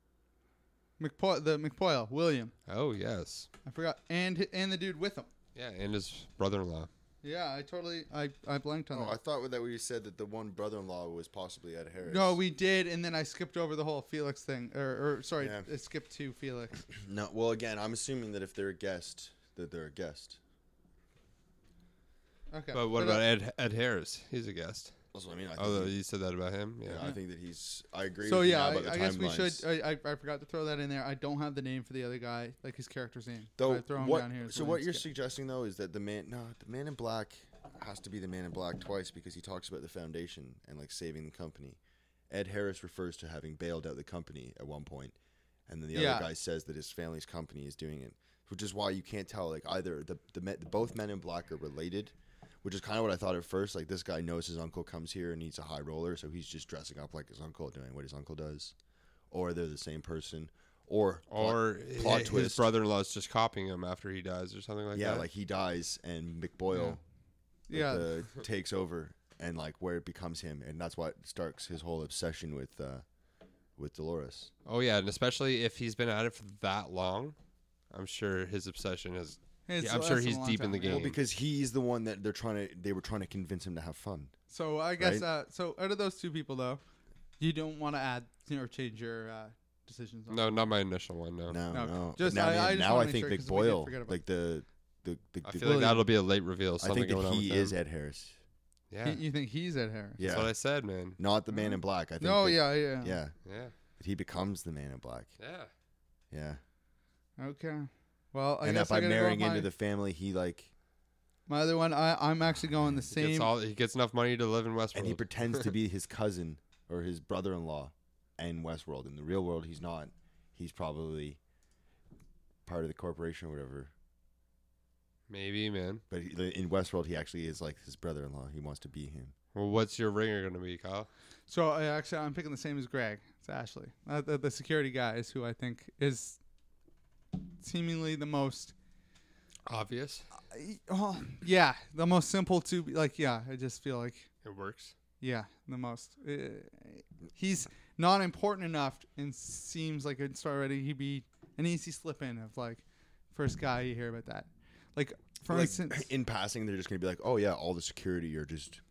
S2: McPoy, the McPoyle, William.
S3: Oh yes,
S2: I forgot, and hi- and the dude with him.
S3: yeah, and his brother-in-law.
S2: Yeah, I totally, I, I blanked on
S4: Oh, I
S2: that.
S4: thought that we said that the one brother-in-law was possibly Ed Harris.
S2: No, we did, and then I skipped over the whole Felix thing, or, or sorry,
S4: Yeah.
S2: I skipped to Felix.
S4: No. Well, again, I'm assuming that if they're a guest, that they're a guest.
S2: Okay.
S3: But what
S2: uh,
S3: about Ed, Ed Harris? He's a guest.
S4: That's what I mean. I think,
S3: Although
S4: he-
S3: you said that about him, Oh, yeah.
S4: yeah, I think that he's. I agree.
S2: So
S4: with you
S2: yeah,
S4: now
S2: I,
S4: about the
S2: I guess we should.
S4: timelines.
S2: I, I, I forgot to throw that in there. I don't have the name for the other guy, like his character's name.
S4: Though,
S2: I throw him
S4: what,
S2: down here. as
S4: so
S2: William
S4: what you're
S2: Skip.
S4: suggesting though is that the man, no, the man in black has to be the man in black twice because he talks about the foundation and like saving the company. Ed Harris refers to having bailed out the company at one point, and then the
S2: Yeah.
S4: other guy says that his family's company is doing it, which is why you can't tell like either the the, men, both men in black are related. Which is kind of what I thought at first. Like this guy knows his uncle comes here and he's a high roller, so he's just dressing up like his uncle, doing what his uncle does, or they're the same person, or plot-
S3: Or
S4: plot
S3: his
S4: twist.
S3: brother-in-law is just copying him after he dies or something like
S4: yeah,
S3: that.
S4: like he dies and McBoyle
S2: Yeah.
S4: like, uh, takes over and like where it becomes him, and that's what starts his whole obsession with uh, with Dolores.
S3: oh yeah, and especially if he's been at it for that long, I'm sure his obsession is.
S2: It's
S3: yeah, I'm sure
S2: lasted a
S3: he's
S2: long
S3: deep in
S2: time.
S3: the
S2: Yeah.
S3: game.
S4: Well, because he's the one that they're trying to they were trying to convince him to have fun.
S2: So I guess
S4: Right?
S2: uh, so. Out of those two people, though, you don't want to add or change your uh, decisions. On.
S3: no, not my initial one. No,
S4: No,
S2: No,
S4: no.
S2: just-
S4: now
S2: I- I just
S4: now
S2: wanna
S4: I
S2: make
S4: think
S2: sure,
S4: Big
S2: 'cause we did
S4: Boyle,
S2: forget about
S4: like the the the.
S3: I
S4: the-
S3: feel like that'll be a late reveal.
S4: I
S3: Something
S4: think
S3: going
S4: that
S3: on
S4: he
S3: with him.
S4: is Ed Harris,
S3: Yeah,
S2: You- You think he's Ed Harris?
S4: Yeah.
S3: that's what I said, man.
S4: not the Man in Black. I think.
S2: Uh-huh. No,
S4: that-
S2: yeah, yeah,
S4: yeah.
S3: Yeah,
S4: That he becomes the Man in Black.
S3: yeah.
S4: Yeah,
S2: Okay. Well, I
S4: and that
S2: guess
S4: by
S2: I gotta go
S4: marrying
S2: with my,
S4: into the family, he like
S2: my other one. I I'm actually going the
S3: He gets
S2: same.
S3: all he gets enough money to live in Westworld.
S4: and he pretends to be his cousin or his brother-in-law in Westworld. In the real world, he's not. He's probably part of the corporation or whatever.
S3: Maybe, man.
S4: But he, in Westworld, he actually is like his brother-in-law. He wants to be him.
S3: Well, what's your ringer gonna be, Kyle?
S2: so I actually I'm picking the same as Greg. It's Ashley, uh, the, the security guy, is who I think is seemingly the most.
S3: Obvious.
S2: Oh, yeah, the most simple to be like. Yeah, I just feel like
S3: It works.
S2: Yeah, the most. Uh, he's not important enough, and seems like it's already he'd be an easy slip in of like first guy you hear about that. Like for
S4: Like,
S2: instance,
S4: in passing, they're just gonna be like, "Oh yeah, all the security are just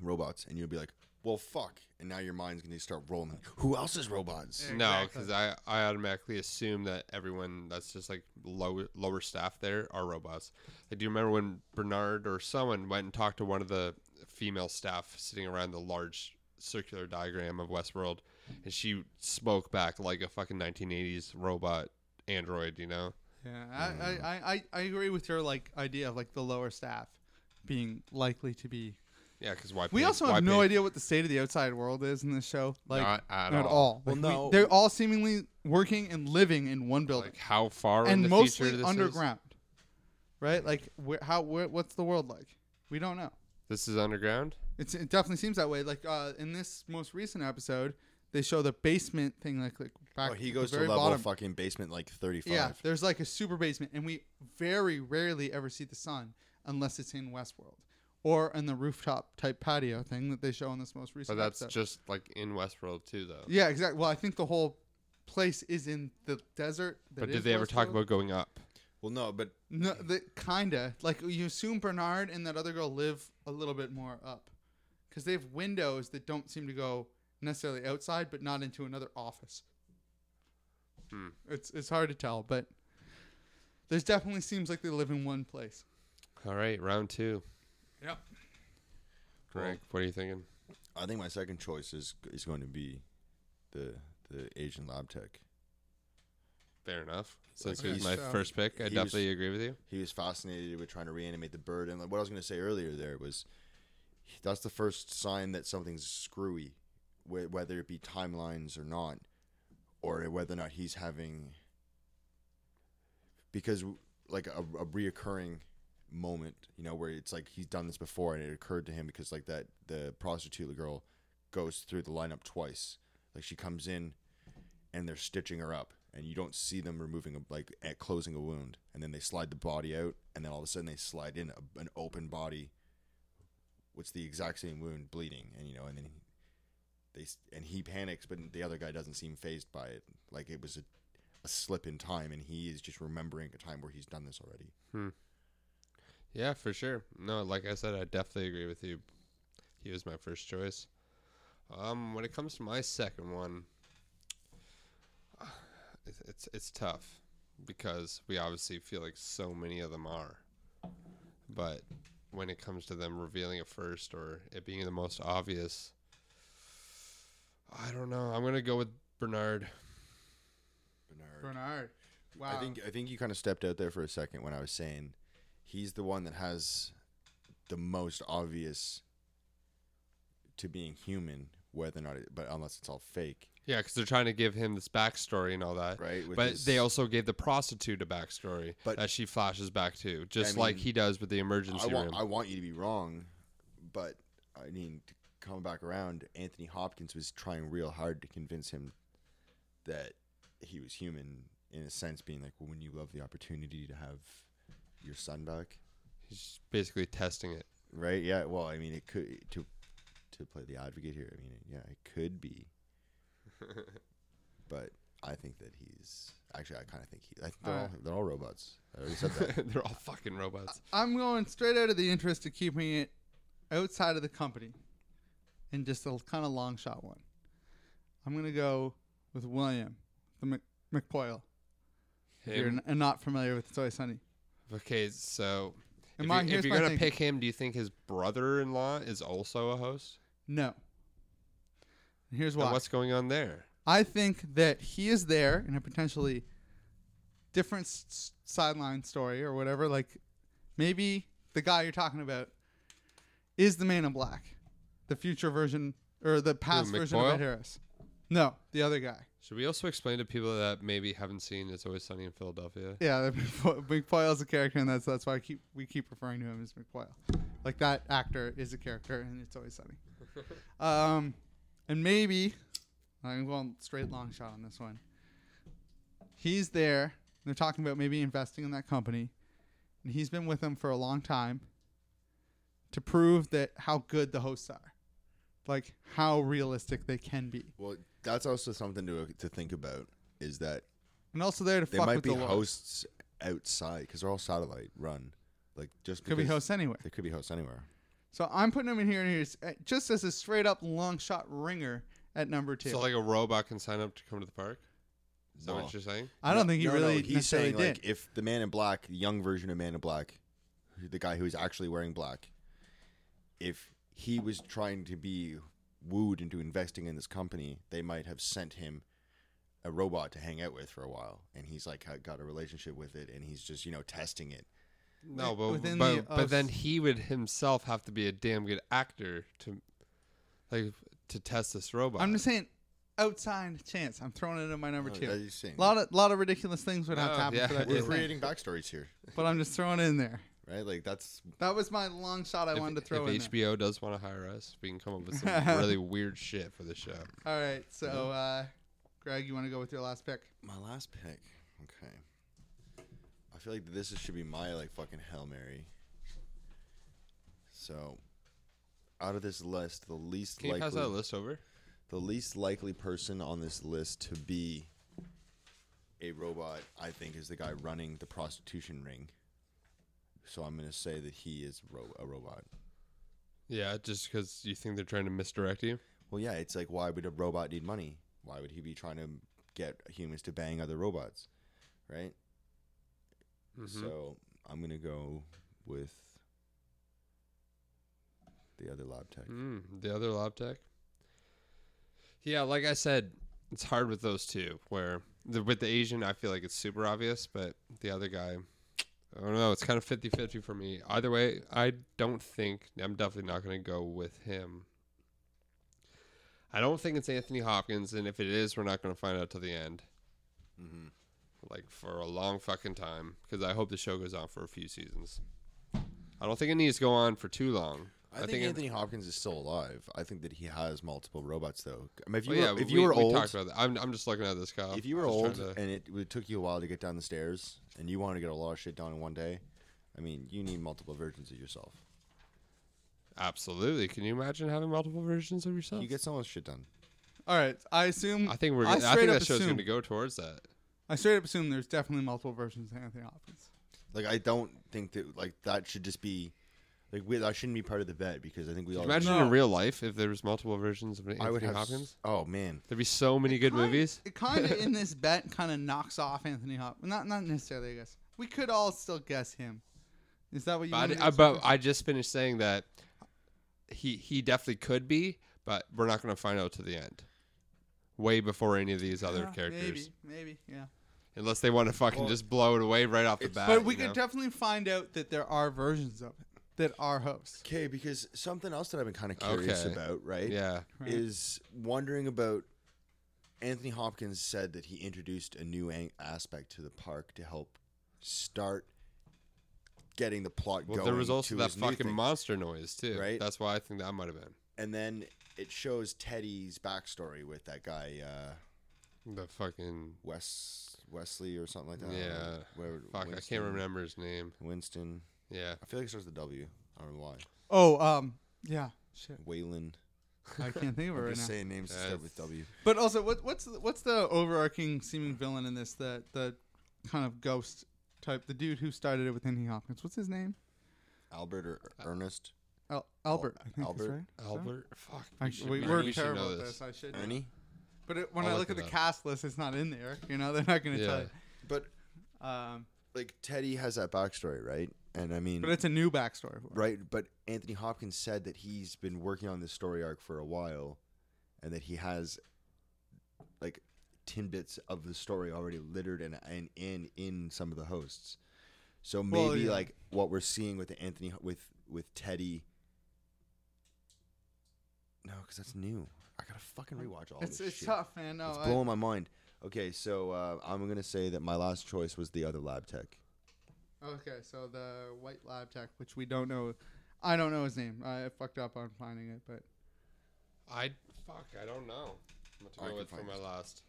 S4: robots," and you'll be like, "Well, fuck!" And now your mind's gonna start rolling. Like, Who else is robots?
S3: No, because I, I automatically assume that everyone that's just like low, lower staff there are robots. I do remember when Bernard or someone went and talked to one of the female staff sitting around the large circular diagram of Westworld, and she spoke back like a fucking 1980s robot android, you know?
S2: yeah, I, I, I, I agree with your like idea of like the lower staff being likely to be.
S3: Yeah, because why?
S2: We
S3: pay-
S2: also
S3: why
S2: have no
S3: pay-
S2: idea what the state of the outside world is in this show. Like
S3: Not at all.
S2: Like,
S4: Well,
S2: we-
S4: no.
S2: they're all seemingly working and living in one building.
S3: Like how far in
S2: and
S3: the future
S2: mostly
S3: this
S2: underground, right? Like, where, how, where, what's the world like? We don't know.
S3: Is. This is underground.
S2: It's, it definitely seems that way. Like uh, in this most recent episode, they show the basement thing, like like back.
S4: Oh, he
S2: at
S4: goes
S2: the
S4: to
S2: very
S4: level
S2: bottom.
S4: fucking basement like thirty-five.
S2: Yeah, there's like a super basement, and we very rarely ever see the sun unless it's in Westworld or in the rooftop type patio thing that they show in this most
S3: But
S2: recent.
S3: that's
S2: episode.
S3: just like in Westworld too, though.
S2: yeah, exactly. Well, I think the whole place is in the desert. that
S3: but
S2: is
S3: did they ever talk
S2: Westworld.
S3: about going up?
S4: Well, no, but
S2: No, the, kinda. Like you assume Bernard and that other girl live a little bit more up, because they have windows that don't seem to go necessarily outside, but not into another office.
S4: Hmm.
S2: It's it's hard to tell, but there's definitely seems like they live in one place.
S3: All right, round two.
S2: Yep.
S3: Greg, what are you thinking?
S4: I think my second choice is is going to be the the Asian lab tech.
S3: Fair enough. Since
S2: Okay.
S3: it was my
S2: So-
S3: first pick, I
S4: He was-
S3: definitely agree with you.
S4: He was fascinated with trying to reanimate the bird, and like what I was going to say earlier there was that's the first sign that something's screwy, wh- whether it be timelines or not, or whether or not he's having because like a, a reoccurring moment, you know, where it's like he's done this before and it occurred to him because like that the prostitute girl goes through the lineup twice. Like she comes in and they're stitching her up and you don't see them removing a, like at closing a wound and then they slide the body out and then all of a sudden they slide in a, an open body with the exact same wound bleeding and you know and then he, they s- and he panics but the other guy doesn't seem phased by it like it was a, a slip in time and he is just remembering a time where he's done this already
S3: Yeah, for sure. No, like I said, I definitely agree with you. He was my first choice. Um, when it comes to my second one, it's it's, it's tough because we obviously feel like so many of them are. But when it comes to them revealing it first or it being the most obvious, I don't know. I'm gonna go with Bernard.
S4: Bernard.
S2: Bernard. Wow.
S4: I think uh, I think you kind of stepped out there for a second when I was saying he's the one that has the most obvious to being human, whether or not, it, but unless it's all fake,
S3: Yeah, because they're trying to give him this backstory and all that.
S4: Right, with
S3: But
S4: his-
S3: they also gave the prostitute a backstory
S4: But-
S3: that she flashes back to, just
S4: I
S3: like
S4: mean,
S3: he does with the emergency
S4: I want
S3: room.
S4: I want you to be wrong, but I mean to come back around. Anthony Hopkins was trying real hard to convince him that he was human in a sense, being like, well, when you love the opportunity to have your son back,
S3: He's basically testing it.
S4: right? Yeah. Well, I mean, it could to to play the advocate here. I mean, yeah, it could be, but I think that he's actually. I kind of think he. I think
S2: All
S4: they're all,
S2: right.
S4: they're all robots. I already said that.
S3: They're all fucking robots.
S2: I'm going straight out of the interest of keeping it outside of the company and just a kind of long shot one. I'm going to go with William, the Mc- McPoyle.
S4: Uh,
S2: If you're
S3: Him.
S2: n- not familiar with It's Always Sunny.
S3: Okay, so
S2: And
S3: if,
S2: Mike,
S3: you,
S2: here's
S3: if you're
S2: my
S3: gonna
S2: thing.
S3: pick him, do you think his brother-in-law is also a host?
S2: No. And here's
S3: And
S2: why.
S3: what's going on there?
S2: I think that he is there in a potentially different s- s- sideline story or whatever. Like maybe the guy you're talking about is the Man in Black, the future version or the past version of
S3: McFoyle?
S2: Ed Harris. No, the other guy.
S3: Should we also explain to people that maybe haven't seen "It's Always Sunny in Philadelphia"?
S2: Yeah, McFoyle is a character, and that's that's why I keep we keep referring to him as McFoyle. Like that actor is a character, and it's always sunny. Um, and maybe I'm going straight long shot on this one. He's there. and They're talking about maybe investing in that company, and he's been with them for a long time. To prove that how good the hosts are, like how realistic they can be,
S4: well, that's also something to to think about. Is that
S2: and also there to
S4: they
S2: fuck
S4: might
S2: with
S4: be
S2: the lore.
S4: hosts outside because they're all satellite run. Like just
S2: Could be
S4: because-
S2: hosts anywhere.
S4: They could be hosts anywhere.
S2: So I'm putting him in here, and here's uh, just as a straight up long shot ringer at number two.
S3: So like a robot can sign up to come to the park. Is that
S4: Well,
S3: what you're saying?
S2: I don't think he
S4: No, no,
S2: really
S4: he's
S2: necessarily
S4: saying
S2: did.
S4: like if the Man in Black, the young version of Man in Black, who- the guy who is actually wearing black, if he was trying to be wooed into investing in this company, they might have sent him a robot to hang out with for a while, and he's like ha- got a relationship with it, and he's just you know testing it.
S3: No, but
S2: within
S3: but,
S2: the, uh,
S3: but then
S2: s-
S3: he would himself have to be a damn good actor to like to test this robot.
S2: I'm just saying, outside chance. I'm throwing it in my number
S4: Oh,
S2: two.
S4: that is insane.
S2: A lot of lot of ridiculous things would have
S3: Oh,
S2: to happen
S3: yeah.
S2: for that to
S3: We're
S4: We're
S3: Yeah.
S2: happen,
S4: creating backstories here,
S2: but I'm just throwing it in there.
S4: right? Like that's
S2: That was my long shot. I wanted to throw
S3: if
S2: in.
S3: HBO does want to hire us, we can come up with some really weird shit for the show.
S2: There. All right, so uh, Greg, you want to go with your last pick?
S4: my last pick. Okay, I feel like this is- should be my like fucking hail mary. So, out of this list, the least
S3: Can you
S4: likely
S3: pass that list over?
S4: the least likely person on this list to be a robot, I think, is the guy running the prostitution ring. So I'm gonna say that he is ro- a robot.
S3: Yeah, just because you think they're trying to misdirect you.
S4: Well, yeah, it's like why would a robot need money? Why would he be trying to get humans to bang other robots, right?
S3: Mm-hmm.
S4: So I'm gonna go with the other lab tech.
S3: Mm, the other lab tech. Yeah, like I said, it's hard with those two. Where the, with the Asian, I feel like it's super obvious, but the other guy, I don't know. It's kind of 50 50 for me. Either way, I don't think, I'm definitely not going to go with him. I don't think it's Anthony Hopkins, and if it is, we're not going to find out till the end.
S4: Mm-hmm.
S3: Like for a long fucking time, because I hope the show goes on for a few seasons. I don't think it needs to go on for too long.
S4: I, think,
S3: it-
S4: Anthony Hopkins is still alive. I think that he has multiple robots, though. I mean, if you
S3: Oh,
S4: were,
S3: yeah,
S4: if
S3: we,
S4: you were
S3: we
S4: old,
S3: talked about that. I'm, I'm just looking at this, Kyle.
S4: if you were
S3: Just
S4: old
S3: trying to-
S4: and it, w took you a while to get down the stairs and you wanted to get a lot of shit done in one day, I mean, you need multiple versions of yourself.
S3: absolutely. Can you imagine having multiple versions of yourself?
S4: You get so much shit done.
S2: All right, I assume.
S3: I think we're.
S2: I
S3: Gonna, I,
S2: straight
S3: think
S2: up
S3: that show's
S2: assume,
S3: going to go towards that.
S2: I straight up assume there's definitely multiple versions of Anthony Hopkins.
S4: Like, I don't think that like that should just be like we, that shouldn't be part of the bet because I think we all
S3: Imagine
S2: No.
S3: in real life if there was multiple versions of Anthony
S4: Oh, I would have s-
S3: Hopkins.
S4: Oh man,
S3: There'd be so many good movies.
S2: It kind of in this bet kind of knocks off Anthony Hopkins. Not not necessarily, I guess. We could all still guess him. Is that what you?
S3: But
S2: wanted
S3: I,
S2: to
S3: I- but
S2: say?
S3: I just finished saying that he he definitely could be, but we're not going to find out to the end. Way before any of these other
S2: Yeah,
S3: characters,
S2: Maybe, maybe, yeah.
S3: unless they want to fucking just blow it away right off the bat.
S2: but we
S3: Uh, you
S2: could
S3: know?
S2: definitely find out that there are versions of it that are hosts.
S4: okay. Because something else that I've been kind of curious
S3: Okay.
S4: about, right?
S3: yeah.
S4: is wondering about Anthony Hopkins said that he introduced a new ang- aspect to the park to help start getting the plot
S3: Well,
S4: going.
S3: there was also
S4: to
S3: that
S4: his new
S3: fucking
S4: thing.
S3: monster noise too.
S4: Right?
S3: That's why I think that might have been
S4: And then it shows Teddy's backstory with that guy uh,
S3: the fucking.
S4: Wes Wesley or something like that. I don't
S3: yeah.
S4: know. Uh, Where-
S3: Fuck, I
S4: Winston-
S3: can't remember his name.
S4: Winston.
S3: Yeah.
S4: I feel like it starts with a W. I don't know why.
S2: Oh, um, yeah, shit.
S4: Waylon.
S2: I can't think of it
S4: I'm
S2: right now.
S4: just saying names that start with W.
S2: But also, what, what's the- what's the overarching seeming villain in this? The the kind of ghost type, the dude who started it with Anthony Hopkins. What's his name?
S4: Albert or or Ernest?
S2: Al- Albert. I Uh, think
S4: Albert?
S2: Albert. Right?
S3: Albert. Fuck.
S2: Actually, we,
S3: should-
S2: we're
S3: should
S2: terrible
S3: know
S2: at this. I should. know.
S4: Ernie?
S2: But it, when
S3: I'll
S2: i
S3: look
S2: look at the
S3: it up.
S2: cast list, it's not in there. You know, they're not going to
S3: Yeah.
S4: But
S2: tell you. Um,
S4: like Teddy has that backstory, right? And I mean,
S2: but it's a new backstory. For it.
S4: right? But Anthony Hopkins said that he's been working on this story arc for a while, and that he has like tidbits of the story already littered and and in in some of the hosts. So maybe
S2: Well, yeah.
S4: like what we're seeing with the Anthony with with Teddy. No, because that's new. I gotta fucking rewatch all
S2: It's
S4: this
S2: it's
S4: shit.
S2: tough, man. No,
S4: it's
S2: I-
S4: blowing my mind. Okay, so uh, I'm gonna say that my last choice was the other lab tech.
S2: Okay, so the white lab tech, which we don't know, I don't know his name. I fucked up on finding it, but
S3: I fuck. I don't know. I'm going to
S4: I
S3: go
S4: can
S3: with for
S4: find
S3: my
S4: it.
S3: last.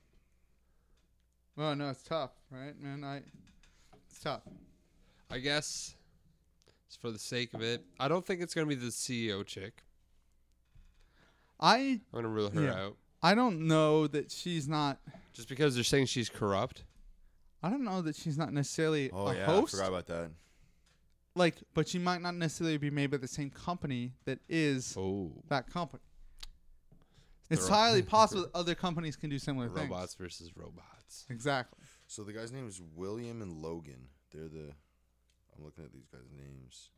S2: well, no, it's tough, right, man? I it's tough.
S3: I guess it's for the sake of it. I don't think it's gonna be the CEO chick.
S2: I
S3: I'm gonna rule her
S2: Yeah.
S3: out
S2: I don't know that she's not.
S3: just because they're saying she's corrupt.
S2: I don't know that she's not necessarily
S4: Oh,
S2: a host.
S4: about that.
S2: Like, but she might not necessarily be made by the same company that is
S3: Oh,
S2: that company. It's
S3: They're all-
S2: highly possible that other companies can do similar things.
S3: robots versus robots.
S2: Exactly.
S4: So the guy's name is William and Logan. They're the. I'm looking at these guys' names.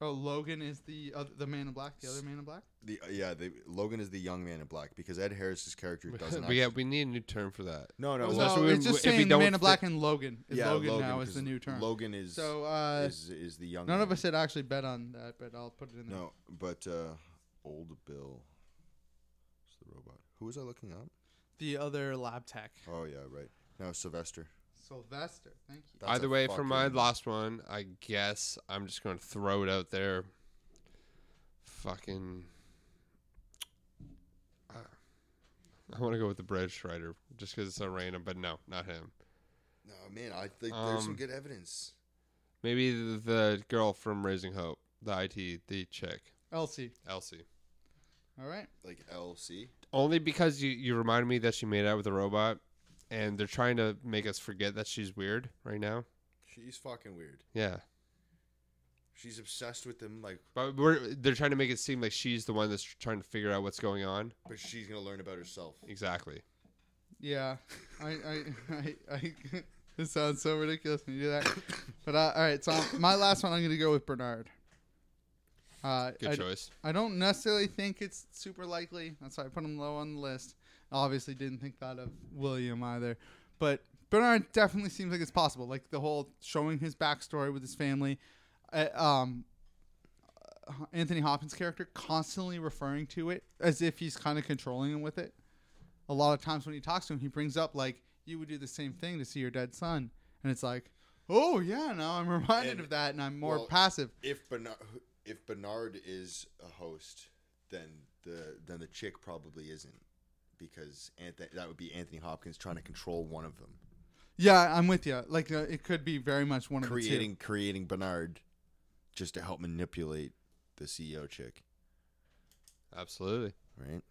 S2: Oh, Logan is the other, the man in black. The other man in black.
S4: The uh, yeah, they, Logan is the young man in black because Ed Harris's character doesn't.
S3: But yeah,
S4: actually-
S3: we need a new term for that.
S4: no, no,
S3: Well,
S4: Uh, well,
S3: that's what
S2: no,
S3: we-
S2: it's just
S3: if we
S2: saying
S3: don't
S2: Man in
S3: fit-
S2: Black and Logan. Is
S4: yeah,
S2: Logan, now is
S4: 'cause
S2: the new term.
S4: Logan is
S2: So uh,
S4: is is the young.
S2: none of
S4: man.
S2: us had actually bet on that, but I'll put it in there.
S4: No, but uh, old Bill. It's the robot. Who was I looking up?
S2: The other lab tech,
S4: Oh yeah, right. No, Sylvester.
S2: Sylvester. Thank you.
S4: That's
S3: Either
S4: a
S3: way, for my
S4: fucking-
S3: last one, I guess I'm just gonna throw it out there. Fucking. I want to go with the bread shredder just because it's so random, but no, not him.
S4: No man, I think there's some
S3: Um,
S4: good evidence.
S3: Maybe the, the girl from Raising Hope, the IT, the chick,
S2: Elsie.
S3: Elsie.
S2: All right.
S4: Like LC.
S3: Only because you, you reminded me that she made out with a robot and they're trying to make us forget that she's weird right now.
S4: She's fucking weird.
S3: Yeah.
S4: She's obsessed with them. Like,
S3: But we're, they're trying to make it seem like she's the one that's trying to figure out what's going on.
S4: but she's gonna learn about herself.
S3: Exactly.
S2: Yeah. I. I. I. I this sounds so ridiculous when you do that. But uh, all right. So my last one, I'm going to go with Bernard. Uh,
S3: Good
S2: I,
S3: choice.
S2: I don't necessarily think it's super likely. That's why I put him low on the list. Obviously, didn't think that of William either. But Bernard definitely seems like it's possible. Like the whole showing his backstory with his family. Uh, um, uh, Anthony Hopkins' character constantly referring to it as if he's kind of controlling him with it. A lot of times when he talks to him, he brings up, like, you would do the same thing to see your dead son. And it's like, oh, yeah, now I'm reminded
S4: And-
S2: of that and I'm more
S4: well,
S2: passive.
S4: If Bernard, if Bernard is a host, then the then the chick probably isn't, because Anthony, that would be Anthony Hopkins trying to control one of them,
S2: Yeah, I'm with you. Like uh, it could be very much one of
S4: creating creating Bernard, just to help manipulate the CEO chick,
S3: Absolutely.
S4: right?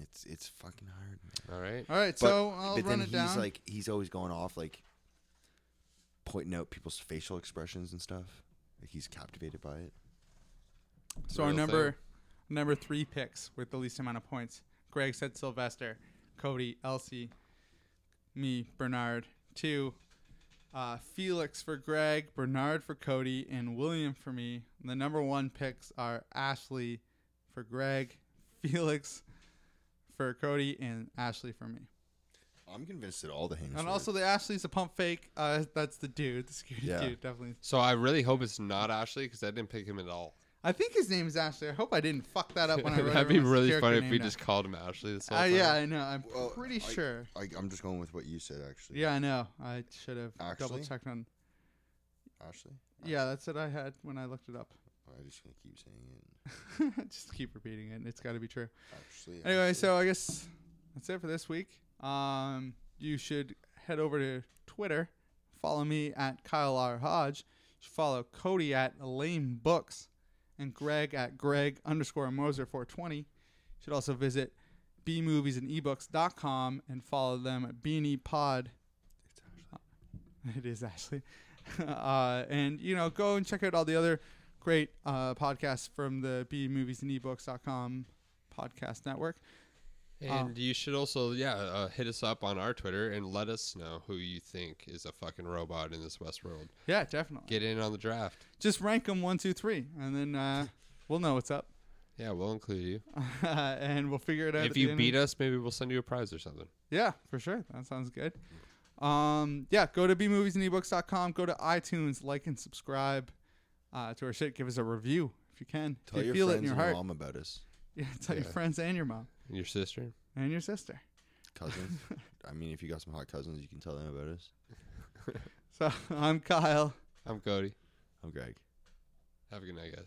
S4: It's it's fucking hard. man.
S2: the
S3: All right.
S2: two. All right, so I'll
S4: but
S2: run
S4: then
S2: it
S4: he's
S2: down.
S4: like he's always going off like pointing out people's facial expressions and stuff. Like he's captivated by it.
S2: so our
S3: real
S2: number number three picks with the least amount of points. Greg said Sylvester, Cody, Elsie, me, Bernard. Two, uh, Felix for Greg, Bernard for Cody, and William for me. The number one picks are Ashley for Greg, Felix for Cody, and Ashley for me.
S4: I'm convinced that all the hangs.
S2: And also, the Ashley's a pump fake. Uh, that's the dude, the security
S4: Yeah.
S2: dude, definitely.
S3: So I really hope it's not Ashley because I didn't pick him at all.
S2: I think his name is Ashley. I hope I didn't fuck that up when I wrote
S3: That'd be
S2: everyone's
S3: really
S2: character
S3: funny if
S2: name
S3: we
S2: down.
S3: just called him Ashley this whole
S2: Uh,
S3: time.
S2: yeah, I know. I'm
S4: Well,
S2: pretty
S4: I-
S2: sure.
S4: I, I'm just going with what you said, actually.
S2: Yeah, I know. I should have double
S4: Ashley?
S2: checked on.
S4: Ashley,
S2: Yeah, that's what I had when I looked it up.
S4: I'm just gonna keep saying it.
S2: just keep repeating it. and It's got to be true.
S4: Ashley.
S2: Anyway,
S4: Ashley.
S2: so I guess that's it for this week. Um, you should head over to Twitter, follow me at Kyle R Hodge, you should follow Cody at Lame Books, and Greg at Greg underscore Moser four twenty. should also visit bmoviesandebooks.com and follow them at Beanie Pod. It is Ashley. uh, and, you know, go and check out all the other great uh, podcasts from the bmoviesandebooks.com podcast network.
S3: And
S2: oh.
S3: you should also, yeah, uh, hit us up on our Twitter and let us know who you think is a fucking robot in this West world.
S2: Yeah, definitely.
S3: Get in on the draft.
S2: Just rank them one, two, three, and then uh, we'll know what's up.
S3: Yeah, we'll include you.
S2: and we'll figure it out.
S3: If you beat us, maybe we'll send you a prize or something.
S2: Yeah, for sure. That sounds good. Um, yeah, go to bmoviesandebooks.com. Go to iTunes, like and subscribe uh, to our shit. Give us a review if you can. If
S4: Tell
S2: you
S4: your
S2: feel
S4: friends
S2: it in your
S4: and your
S2: heart.
S4: mom about us,
S2: Yeah, tell your friends and your mom
S3: And your sister.
S2: and your sister.
S4: cousins. I mean, if you got some hot cousins, you can tell them about us.
S2: So I'm Kyle.
S3: I'm Cody.
S4: I'm Greg.
S3: Have a good night, guys.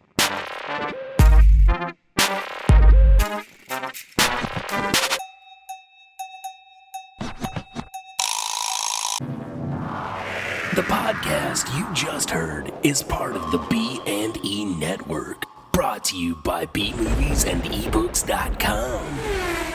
S1: The podcast you just heard is part of the E E B&E network, brought to you by bmoviesandebooks.com.